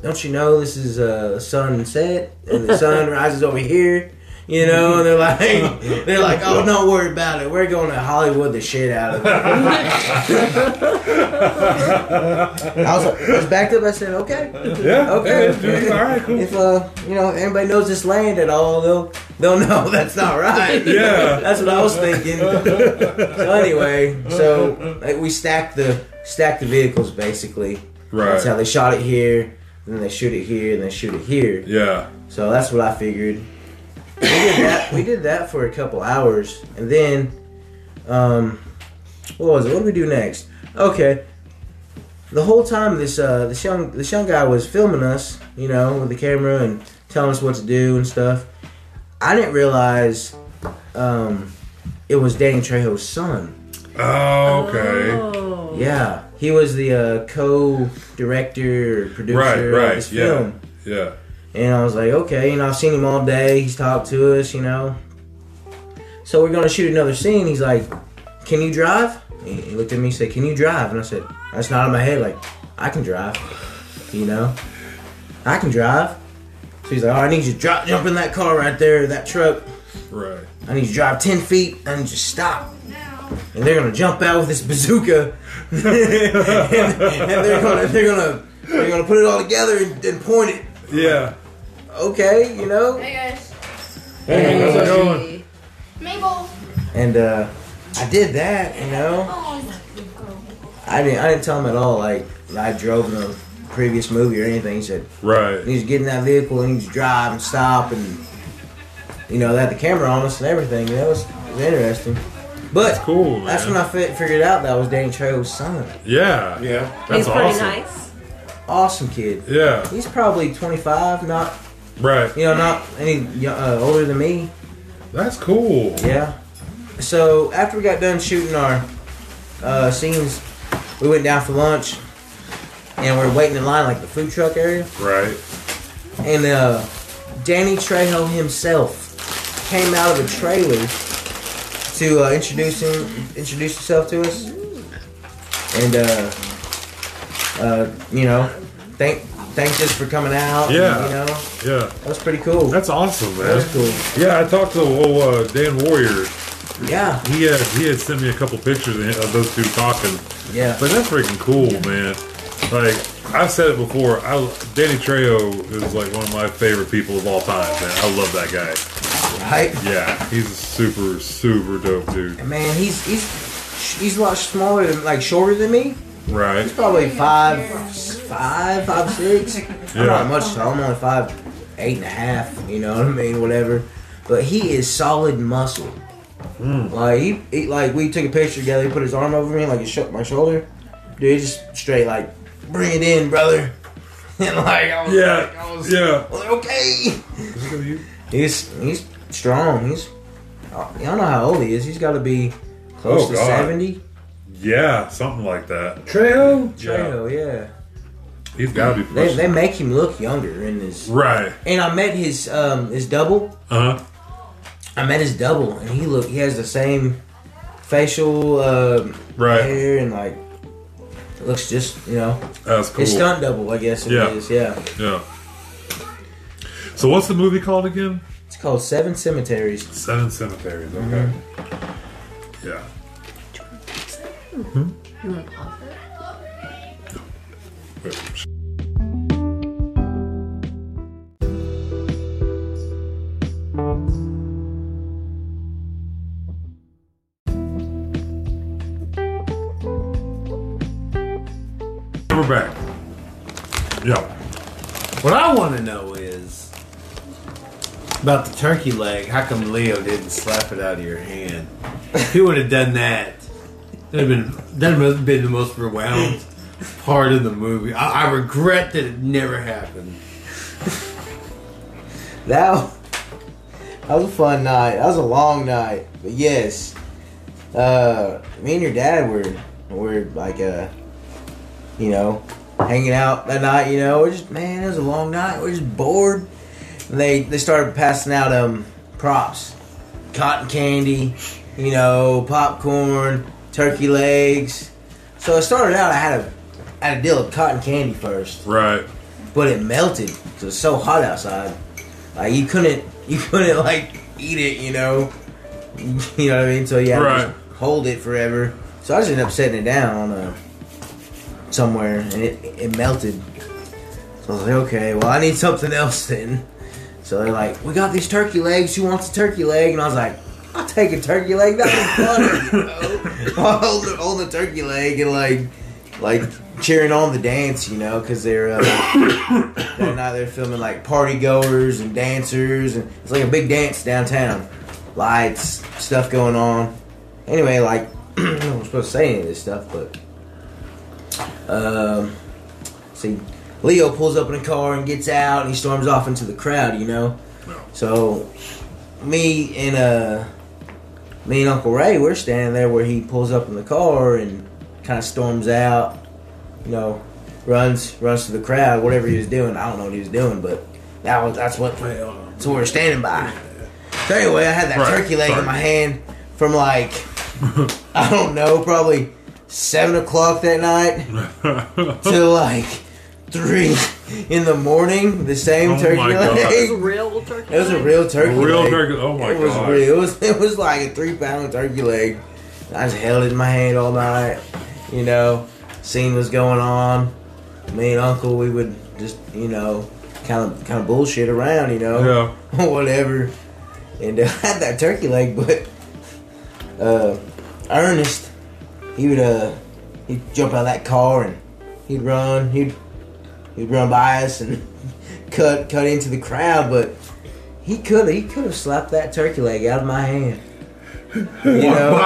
[SPEAKER 5] "Don't you know this is uh, sunset and the sun rises over here?" You know, and they're like, they're like, "Oh, don't worry about it. We're going to Hollywood the shit out of it." I was, like, I was backed up. I said, "Okay."
[SPEAKER 7] Yeah.
[SPEAKER 5] Okay.
[SPEAKER 7] yeah, dude, all right. Cool.
[SPEAKER 5] If uh, you know, anybody knows this land at all, they'll they'll know that's not right.
[SPEAKER 7] Yeah.
[SPEAKER 5] that's what I was thinking. so anyway, so like, we stacked the stacked the vehicles basically. That's how
[SPEAKER 7] Right.
[SPEAKER 5] they shot it here, then they shoot it here, and they shoot it here.
[SPEAKER 7] Yeah.
[SPEAKER 5] So that's what I figured. We did that. We did that for a couple hours, and then, um, what was it? What did we do next? Okay. The whole time this uh, this young this young guy was filming us, you know, with the camera and telling us what to do and stuff. I didn't realize um, it was Danny Trejo's son.
[SPEAKER 7] Oh, okay.
[SPEAKER 6] Oh.
[SPEAKER 5] Yeah, he was the uh, co-director, producer
[SPEAKER 7] Right.
[SPEAKER 5] of
[SPEAKER 7] Right.
[SPEAKER 5] this
[SPEAKER 7] Yeah.
[SPEAKER 5] film.
[SPEAKER 7] Yeah.
[SPEAKER 5] And I was like, okay, you know, I've seen him all day. He's talked to us, you know. So we're gonna shoot another scene. He's like, can you drive? He he looked at me and said, can you drive? And I said, that's not in my head. Like, I can drive, you know. I can drive. So he's like, all right, I need you to drop, jump in that car right there, that truck.
[SPEAKER 7] Right.
[SPEAKER 5] I need you to drive 10 feet. I need you to stop. And they're gonna jump out with this bazooka. and, and they're gonna, they're gonna, they're gonna put it all together and, and point it
[SPEAKER 7] Yeah.
[SPEAKER 5] okay, you know.
[SPEAKER 8] Hey guys,
[SPEAKER 7] Hey, how's it going?
[SPEAKER 8] Mabel.
[SPEAKER 5] And uh, I did that, you know.
[SPEAKER 8] Oh,
[SPEAKER 5] I didn't, I didn't tell him at all. Like I drove in the previous movie or anything. He said
[SPEAKER 7] Right.
[SPEAKER 5] he's getting that vehicle and he's drive and stop and you know they had the camera on us and everything. That was, it was interesting. But that's,
[SPEAKER 7] Cool, man.
[SPEAKER 5] when I fi- figured out that was Danny Trejo's son.
[SPEAKER 7] Yeah.
[SPEAKER 3] Yeah.
[SPEAKER 7] That's
[SPEAKER 6] He's pretty
[SPEAKER 7] awesome.
[SPEAKER 6] nice.
[SPEAKER 5] Awesome kid.
[SPEAKER 7] Yeah.
[SPEAKER 5] He's probably 25, not
[SPEAKER 7] Right.
[SPEAKER 5] you know not any yo- uh, older than me.
[SPEAKER 7] That's cool.
[SPEAKER 5] Yeah. So after we got done shooting our uh, scenes, we went down for lunch, and we are waiting in line like the food truck area.
[SPEAKER 7] Right.
[SPEAKER 5] And uh, Danny Trejo himself came out of a trailer to uh, introduce him, introduce himself to us, and uh, uh, you know, thank thanks us for coming out. and,
[SPEAKER 7] Yeah.
[SPEAKER 5] you know,
[SPEAKER 7] Yeah.
[SPEAKER 5] that was pretty cool.
[SPEAKER 7] That's awesome,
[SPEAKER 5] That
[SPEAKER 7] man.
[SPEAKER 5] was cool.
[SPEAKER 7] Yeah, I talked to the whole uh, Dan Warrior.
[SPEAKER 5] Yeah.
[SPEAKER 7] He had he had sent me a couple pictures of of those two talking.
[SPEAKER 5] Yeah.
[SPEAKER 7] But that's freaking cool, man. Like I've said it before, I Danny Trejo is like one of my favorite people of all time, man. I love that guy.
[SPEAKER 5] Right.
[SPEAKER 7] Yeah, he's a super super dope dude.
[SPEAKER 5] Man, he's he's he's a lot smaller than like shorter than me.
[SPEAKER 7] Right?
[SPEAKER 5] He's probably five five, five six. I'm
[SPEAKER 7] Yeah.
[SPEAKER 5] not much tall. I'm only five eight and a half. You know what I mean? Whatever. But he is solid muscle.
[SPEAKER 7] Hmm.
[SPEAKER 5] Like he, he- like we took a picture together. He put his arm over me, like his sho- my shoulder. Dude, he just straight like bring it in, brother. And like I was, like, I
[SPEAKER 7] Yeah.
[SPEAKER 5] was,
[SPEAKER 7] Yeah.
[SPEAKER 5] I was like, okay. He's he's uh, strong. He's I don't know how old he is. He's got to be close
[SPEAKER 7] Oh,
[SPEAKER 5] to
[SPEAKER 7] God.
[SPEAKER 5] seventy.
[SPEAKER 7] Yeah, something like that.
[SPEAKER 4] Trejo?
[SPEAKER 5] Trejo, yeah.
[SPEAKER 7] He's got to be
[SPEAKER 5] They,
[SPEAKER 7] pushing.
[SPEAKER 5] they make him look younger in this.
[SPEAKER 7] right.
[SPEAKER 5] And I met his um his double.
[SPEAKER 7] Uh huh.
[SPEAKER 5] I met his double, and he look he has the same facial um
[SPEAKER 7] Right.
[SPEAKER 5] hair and like looks just you know
[SPEAKER 7] That's cool.
[SPEAKER 5] his stunt double I guess it is.
[SPEAKER 7] Yeah.
[SPEAKER 5] yeah. yeah.
[SPEAKER 7] Yeah. So what's the movie called again?
[SPEAKER 5] It's called Seven Cemeteries.
[SPEAKER 7] Seven Cemeteries. Okay. Yeah.
[SPEAKER 5] Mm-hmm.
[SPEAKER 6] You want to pause it?
[SPEAKER 7] Wait, sh- We're back. Yeah.
[SPEAKER 1] What I want to know is about the turkey leg. How come Leo didn't slap it out of your hand? If he would have done that, that'd have been that would have been the most rewound part of the movie. I, I regret that it never happened.
[SPEAKER 5] That wa- that was a fun night. That was a long night, but yes, uh, me and your dad were were like uh, you know, hanging out that night. You know, we're just man, it was a long night. We're just bored. And they they started passing out um props, cotton candy, you know, popcorn, turkey legs. So it started out. I had a I had a deal of cotton candy first
[SPEAKER 7] Right.
[SPEAKER 5] but it melted 'cause it was so hot outside. Like you couldn't, you couldn't like eat it, you know. You know what I mean? So yeah,
[SPEAKER 7] Right.
[SPEAKER 5] hold it forever. So I just ended up setting it down on uh, somewhere, and it it melted. So I was like, okay, well I need something else then. So they're like, we got these turkey legs. Who wants a turkey leg? And I was like, I'll take a turkey leg. That'd be funny. you know? I'll hold the, hold the turkey leg and like like cheering on the dance, you know, because they're uh, that night they're filming like party goers and dancers, and it's like a big dance downtown, lights, stuff going on. Anyway, like I'm not supposed to say any of this stuff, but um, see, Leo pulls up in a car and gets out, and he storms off into the crowd, you know. So me and uh me and Uncle Ray, we're standing there where he pulls up in the car and kind of storms out, you know, runs runs to the crowd, whatever he was doing. I don't know what he was doing, but that was that's what that's what we're standing by. So anyway, I had that
[SPEAKER 7] Right,
[SPEAKER 5] turkey leg in
[SPEAKER 7] sorry.
[SPEAKER 5] my hand from like I don't know, probably seven o'clock that night to like three in the morning. The same
[SPEAKER 7] Oh
[SPEAKER 5] turkey
[SPEAKER 7] my God.
[SPEAKER 5] leg.
[SPEAKER 6] It's real turkey.
[SPEAKER 5] It was a
[SPEAKER 6] leg?
[SPEAKER 5] real turkey.
[SPEAKER 7] Real
[SPEAKER 5] leg.
[SPEAKER 7] turkey- oh my
[SPEAKER 5] it was
[SPEAKER 7] God.
[SPEAKER 5] real. It was, it was like a three pound turkey leg. I just held it in my hand all night. You know, scene was going on. Me and Uncle, we would just you know, kind of kind of bullshit around. You know, whatever. And uh, I had that turkey leg, but uh, Ernest, he would uh, he'd jump out of that car and he'd run. He'd he'd run by us and cut cut into the crowd, but he could he could have slapped that turkey leg out of my hand. You know.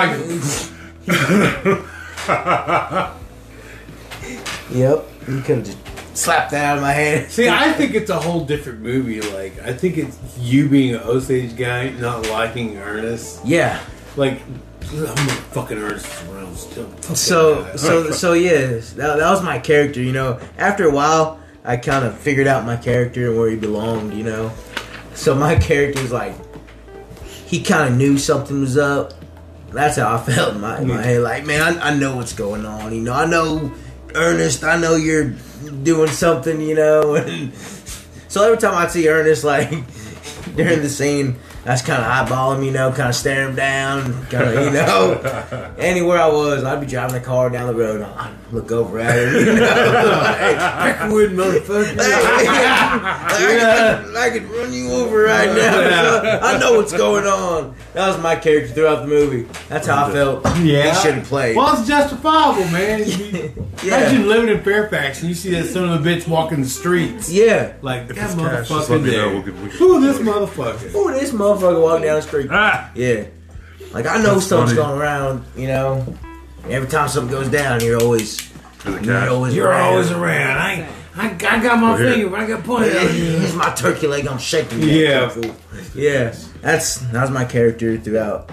[SPEAKER 5] yep, he could have just slapped that out of my hand.
[SPEAKER 1] See, I think it's a whole different movie. Like, I think it's you being an Osage guy, not liking Ernest.
[SPEAKER 5] Yeah.
[SPEAKER 1] Like, I'm gonna fucking Ernest around still. Fucking
[SPEAKER 5] So
[SPEAKER 1] guy.
[SPEAKER 5] so so yes, that, that was my character. You know, after a while, I kind of figured out my character and where he belonged. You know, so my character was like, he kind of knew something was up. That's how I felt in my, in my head. Like, man, I, I know what's going on. You know, I know Ernest. I know you're doing something. You know, and so every time I see Ernest, like during the scene. I just kind of eyeball him, you know, kind of stare him down, kind of, you know, anywhere I was, I'd be driving the car down the road. and I'd look over at him, you know. like,
[SPEAKER 1] Wood motherfucker.
[SPEAKER 5] like, I, could, I could run you over right
[SPEAKER 7] Oh,
[SPEAKER 5] now. So I know what's going on. That was my character throughout the movie. That's how I felt.
[SPEAKER 1] Yeah.
[SPEAKER 5] He should have played.
[SPEAKER 1] Well, it's justifiable, man.
[SPEAKER 5] Yeah.
[SPEAKER 1] Imagine living in Fairfax and you see that son of a bitch walking the streets.
[SPEAKER 5] Yeah.
[SPEAKER 1] Like, that
[SPEAKER 7] it's cash, just let
[SPEAKER 1] motherfucker
[SPEAKER 7] me know.
[SPEAKER 2] "Oh,
[SPEAKER 1] there.
[SPEAKER 7] We could- we could-
[SPEAKER 1] Who this motherfucker?
[SPEAKER 5] Oh, this motherfucker walked down the street.
[SPEAKER 7] Ah.
[SPEAKER 5] Yeah. Like, I know
[SPEAKER 7] That's
[SPEAKER 5] something's
[SPEAKER 7] funny.
[SPEAKER 5] going around, you know. Every time something goes down, you're always.
[SPEAKER 7] Is it
[SPEAKER 5] You're
[SPEAKER 7] cash?
[SPEAKER 5] always
[SPEAKER 1] You're
[SPEAKER 5] around.
[SPEAKER 1] always around. I, ain't- I, I got my
[SPEAKER 7] We're here.
[SPEAKER 1] finger, but I got pointed
[SPEAKER 4] Oh,
[SPEAKER 1] at you.
[SPEAKER 5] Here's my turkey leg. I'm shaking.
[SPEAKER 1] Yeah.
[SPEAKER 5] Fool. Yeah. That's that was my character throughout,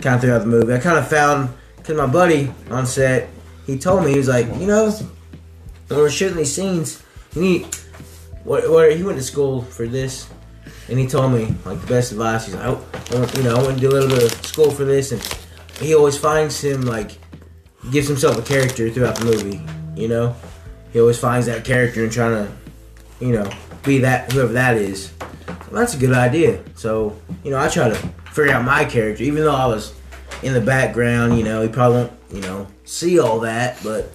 [SPEAKER 5] kind of throughout the movie. I kind of found Cause my buddy on set, he told me he was like, you know, when we're shooting these scenes, you need. What, what he went to school for this, and he told me like the best advice. He's like, I, I went- you know, I went to do a little bit of school for this, and he always finds him like gives himself a character throughout the movie. You know, he always finds that character and trying to, you know, be that whoever that is. Well, that's a good idea. So, you know, I try to figure out my character, even though I was in the background. You know, he probably won't, you know, see all that, but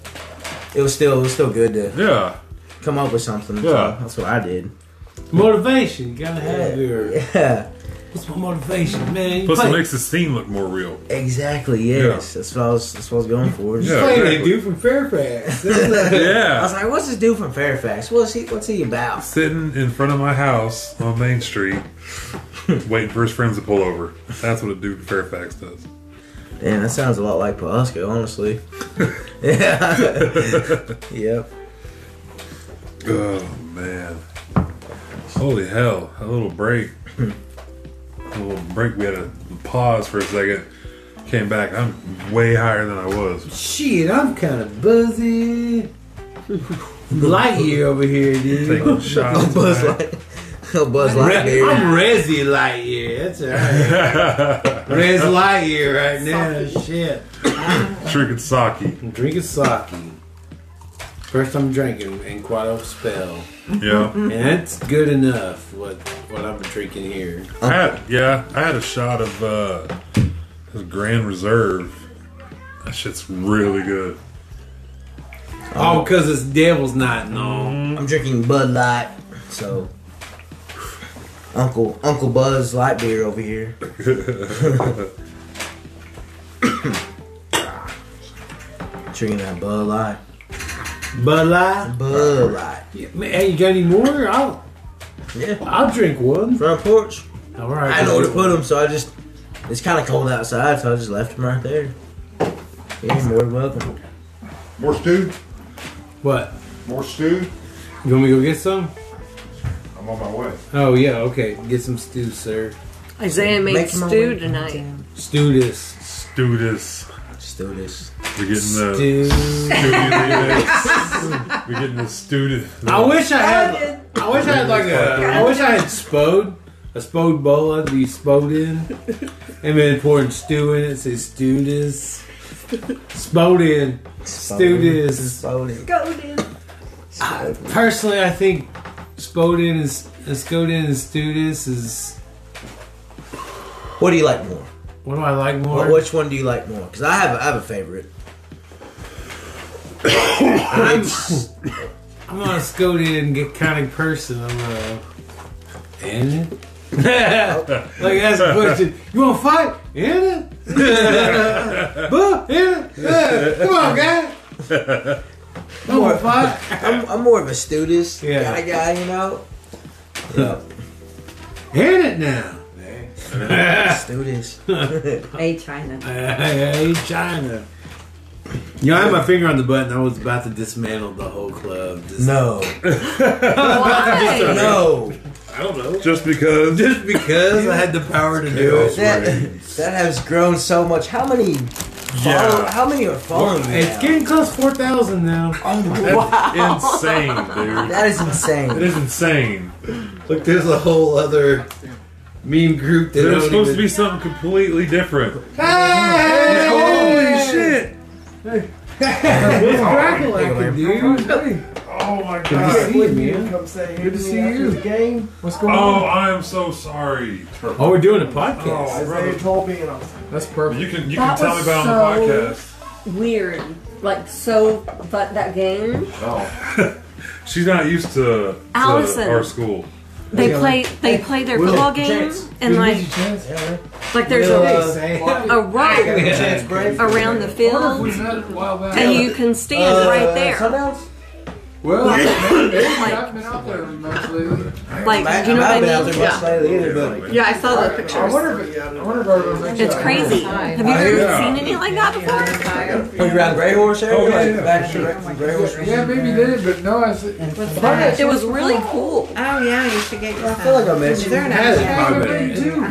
[SPEAKER 5] it was still it was still good to
[SPEAKER 2] Yeah.
[SPEAKER 5] come up with something. So
[SPEAKER 2] Yeah.
[SPEAKER 5] that's what I did.
[SPEAKER 1] Motivation. You gotta have your.
[SPEAKER 5] Yeah,
[SPEAKER 1] What's my motivation, man? You
[SPEAKER 2] Plus, it
[SPEAKER 1] play-
[SPEAKER 2] makes the scene look more real.
[SPEAKER 5] exactly. Yes, that's what I was. That's what I was going for.
[SPEAKER 2] Yeah.
[SPEAKER 1] playing that
[SPEAKER 2] exactly.
[SPEAKER 1] dude from Fairfax. This is a-
[SPEAKER 5] I was
[SPEAKER 2] Yeah.
[SPEAKER 5] like, "What's this dude from Fairfax? What's he? What's he about?"
[SPEAKER 2] Sitting in front of my house on Main Street, waiting for his friends to pull over. That's what a dude in Fairfax does.
[SPEAKER 5] Damn, that sounds a lot like Polasco, honestly. yeah. yep.
[SPEAKER 2] Oh man! Holy hell! A little break. a little break. We had a pause for a second. Came back. I'm way higher than I was.
[SPEAKER 1] Shit, I'm kind of buzzy. Light year over here, dude.
[SPEAKER 2] Taking shots.
[SPEAKER 5] Buzz
[SPEAKER 2] tonight.
[SPEAKER 5] Light. Buzz
[SPEAKER 1] Re-
[SPEAKER 5] Lightyear.
[SPEAKER 1] I'm Resi Lightyear. That's alright. Rez Lightyear right now. Shit.
[SPEAKER 2] Drinking sake.
[SPEAKER 1] I'm drinking sake. First time drinking in quite a spell.
[SPEAKER 2] Yeah.
[SPEAKER 1] And that's good enough what what I'm drinking here.
[SPEAKER 2] I had, yeah. I had a shot of uh, this Grand Reserve. That shit's really good.
[SPEAKER 1] Oh, because it's Devil's Night and all.
[SPEAKER 5] I'm drinking Bud Light, so Uncle Uncle Buzz Light beer over here. drinking that Bud Light.
[SPEAKER 1] Bud Light.
[SPEAKER 5] Bud Light.
[SPEAKER 1] Yeah, man, Hey, you got any more? I'll,
[SPEAKER 5] Yeah.
[SPEAKER 1] I'll drink one.
[SPEAKER 5] Front porch.
[SPEAKER 1] All right.
[SPEAKER 5] I know where to put them, so I just. It's kind of cold outside, so I just left them right there. Yeah, you're more than welcome.
[SPEAKER 3] More stew?
[SPEAKER 1] What?
[SPEAKER 3] More stew?
[SPEAKER 1] You want me to go get some?
[SPEAKER 3] I'm on my way.
[SPEAKER 1] Oh, yeah, okay. Get some stew, sir.
[SPEAKER 6] Isaiah made
[SPEAKER 5] Make my
[SPEAKER 6] stew
[SPEAKER 5] way.
[SPEAKER 6] tonight.
[SPEAKER 1] Stew this.
[SPEAKER 2] Let's do this.
[SPEAKER 5] Just do this.
[SPEAKER 2] We're getting the.
[SPEAKER 1] Stew.
[SPEAKER 2] Studio We're getting the student.
[SPEAKER 1] I wish I had. I wish I had like a. I wish I had spode. A spode bowl I'd be spode in. And then pouring stew in it. Say stew this. Spode in. Stew this.
[SPEAKER 5] Slowly.
[SPEAKER 6] Go, dude.
[SPEAKER 1] Ah, Personally, I think spode in is. and Spode in and stew this is.
[SPEAKER 5] What do you like more?
[SPEAKER 1] What do I like more?
[SPEAKER 5] Wh- which one do you like more? Because I have a, I have a favorite.
[SPEAKER 1] I'm, I'm not a scode in get kind of person. I'm uh, a. Anna? like, that's the question. You want to fight? Anna? Boo? Anna? Yeah. Come on, guy. Don't want to fight.
[SPEAKER 5] I'm, I'm more of a student
[SPEAKER 1] Yeah.
[SPEAKER 5] kind of guy, you know.
[SPEAKER 1] Hit it now.
[SPEAKER 5] Students.
[SPEAKER 6] Hey, China.
[SPEAKER 1] Hey, China. You know, I had my finger on the button. I was about to dismantle the whole club. Just,
[SPEAKER 5] No,
[SPEAKER 6] Why?
[SPEAKER 5] no.
[SPEAKER 1] I don't know.
[SPEAKER 2] Just because.
[SPEAKER 1] Just because I had the power to do it.
[SPEAKER 5] That that has grown so much. How many? Follow,
[SPEAKER 2] Yeah.
[SPEAKER 5] how many are following me?
[SPEAKER 1] It's
[SPEAKER 5] now?
[SPEAKER 1] getting close to 4,000 now.
[SPEAKER 5] Oh my god,
[SPEAKER 2] That's insane, dude.
[SPEAKER 5] that is
[SPEAKER 2] That
[SPEAKER 5] insane.
[SPEAKER 2] is insane.
[SPEAKER 1] Look, there's a whole other meme group that
[SPEAKER 2] There's
[SPEAKER 1] don't
[SPEAKER 2] supposed to
[SPEAKER 1] even-
[SPEAKER 2] be something completely different.
[SPEAKER 1] Hey!
[SPEAKER 2] Holy shit!
[SPEAKER 1] It's Crackle acting, dude.
[SPEAKER 2] Oh my
[SPEAKER 1] Good to
[SPEAKER 2] god.
[SPEAKER 1] see you, man. Good to see you.
[SPEAKER 4] game.
[SPEAKER 1] What's going
[SPEAKER 2] Oh,
[SPEAKER 1] on?
[SPEAKER 2] I am so sorry.
[SPEAKER 1] Oh, we're doing a podcast.
[SPEAKER 2] Oh, brother.
[SPEAKER 4] told me, and I'm
[SPEAKER 1] That's perfect.
[SPEAKER 2] You can you can
[SPEAKER 6] That
[SPEAKER 2] tell me
[SPEAKER 6] was
[SPEAKER 2] about it on the podcast.
[SPEAKER 6] Weird. Like, so, but that game,
[SPEAKER 2] She's not used to, to
[SPEAKER 6] Allison.
[SPEAKER 2] our school.
[SPEAKER 6] they play, they play their football game, and like, like there's
[SPEAKER 1] uh,
[SPEAKER 6] a, a row around the field, and you can
[SPEAKER 5] Uh,
[SPEAKER 6] stand right there.
[SPEAKER 5] Sunouts?
[SPEAKER 6] Like,
[SPEAKER 4] been out there much lately.
[SPEAKER 6] like, you
[SPEAKER 5] I've been
[SPEAKER 6] know what I
[SPEAKER 5] out
[SPEAKER 6] mean?
[SPEAKER 5] there much
[SPEAKER 6] Yeah.
[SPEAKER 5] lately either, but
[SPEAKER 6] Yeah, I saw the pictures.
[SPEAKER 4] if I wonder if everyone's actually-
[SPEAKER 6] It's crazy. Have you ever seen anything like that before?
[SPEAKER 5] Were you around Grey Horse area?
[SPEAKER 2] Oh, yeah,
[SPEAKER 5] like
[SPEAKER 2] yeah,
[SPEAKER 5] back
[SPEAKER 2] for
[SPEAKER 5] from Grey- Grey Horse?
[SPEAKER 4] Yeah, maybe they did, but no, I said.
[SPEAKER 6] It was really cool.
[SPEAKER 9] Oh yeah, you should get your
[SPEAKER 5] I feel like I missed you.
[SPEAKER 9] They're not.
[SPEAKER 1] My bad.
[SPEAKER 4] do.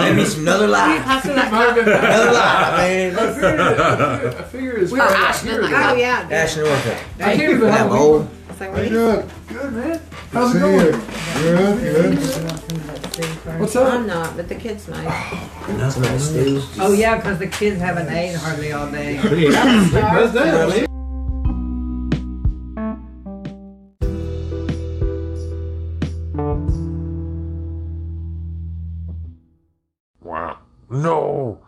[SPEAKER 5] Maybe me some another lie.
[SPEAKER 6] Pass me that cup.
[SPEAKER 5] Another lie, man.
[SPEAKER 4] I figured it's
[SPEAKER 6] Or Ash, then that
[SPEAKER 10] Oh
[SPEAKER 6] cup.
[SPEAKER 10] yeah. dude.
[SPEAKER 5] Ashton Orphan.
[SPEAKER 4] I hear you,
[SPEAKER 5] That old.
[SPEAKER 10] It's like,
[SPEAKER 3] How
[SPEAKER 10] what
[SPEAKER 3] you
[SPEAKER 10] do you-
[SPEAKER 3] doing?
[SPEAKER 4] Good, man.
[SPEAKER 3] Good
[SPEAKER 4] How's
[SPEAKER 3] to
[SPEAKER 4] it
[SPEAKER 3] see you.
[SPEAKER 4] going?
[SPEAKER 3] Good, good.
[SPEAKER 4] What's
[SPEAKER 10] I'm
[SPEAKER 4] up?
[SPEAKER 10] not, but the kids might.
[SPEAKER 5] That's nice, dude.
[SPEAKER 6] Oh yeah, because the kids haven't ate hardly all day.
[SPEAKER 11] How's that? man?
[SPEAKER 2] Wow. No.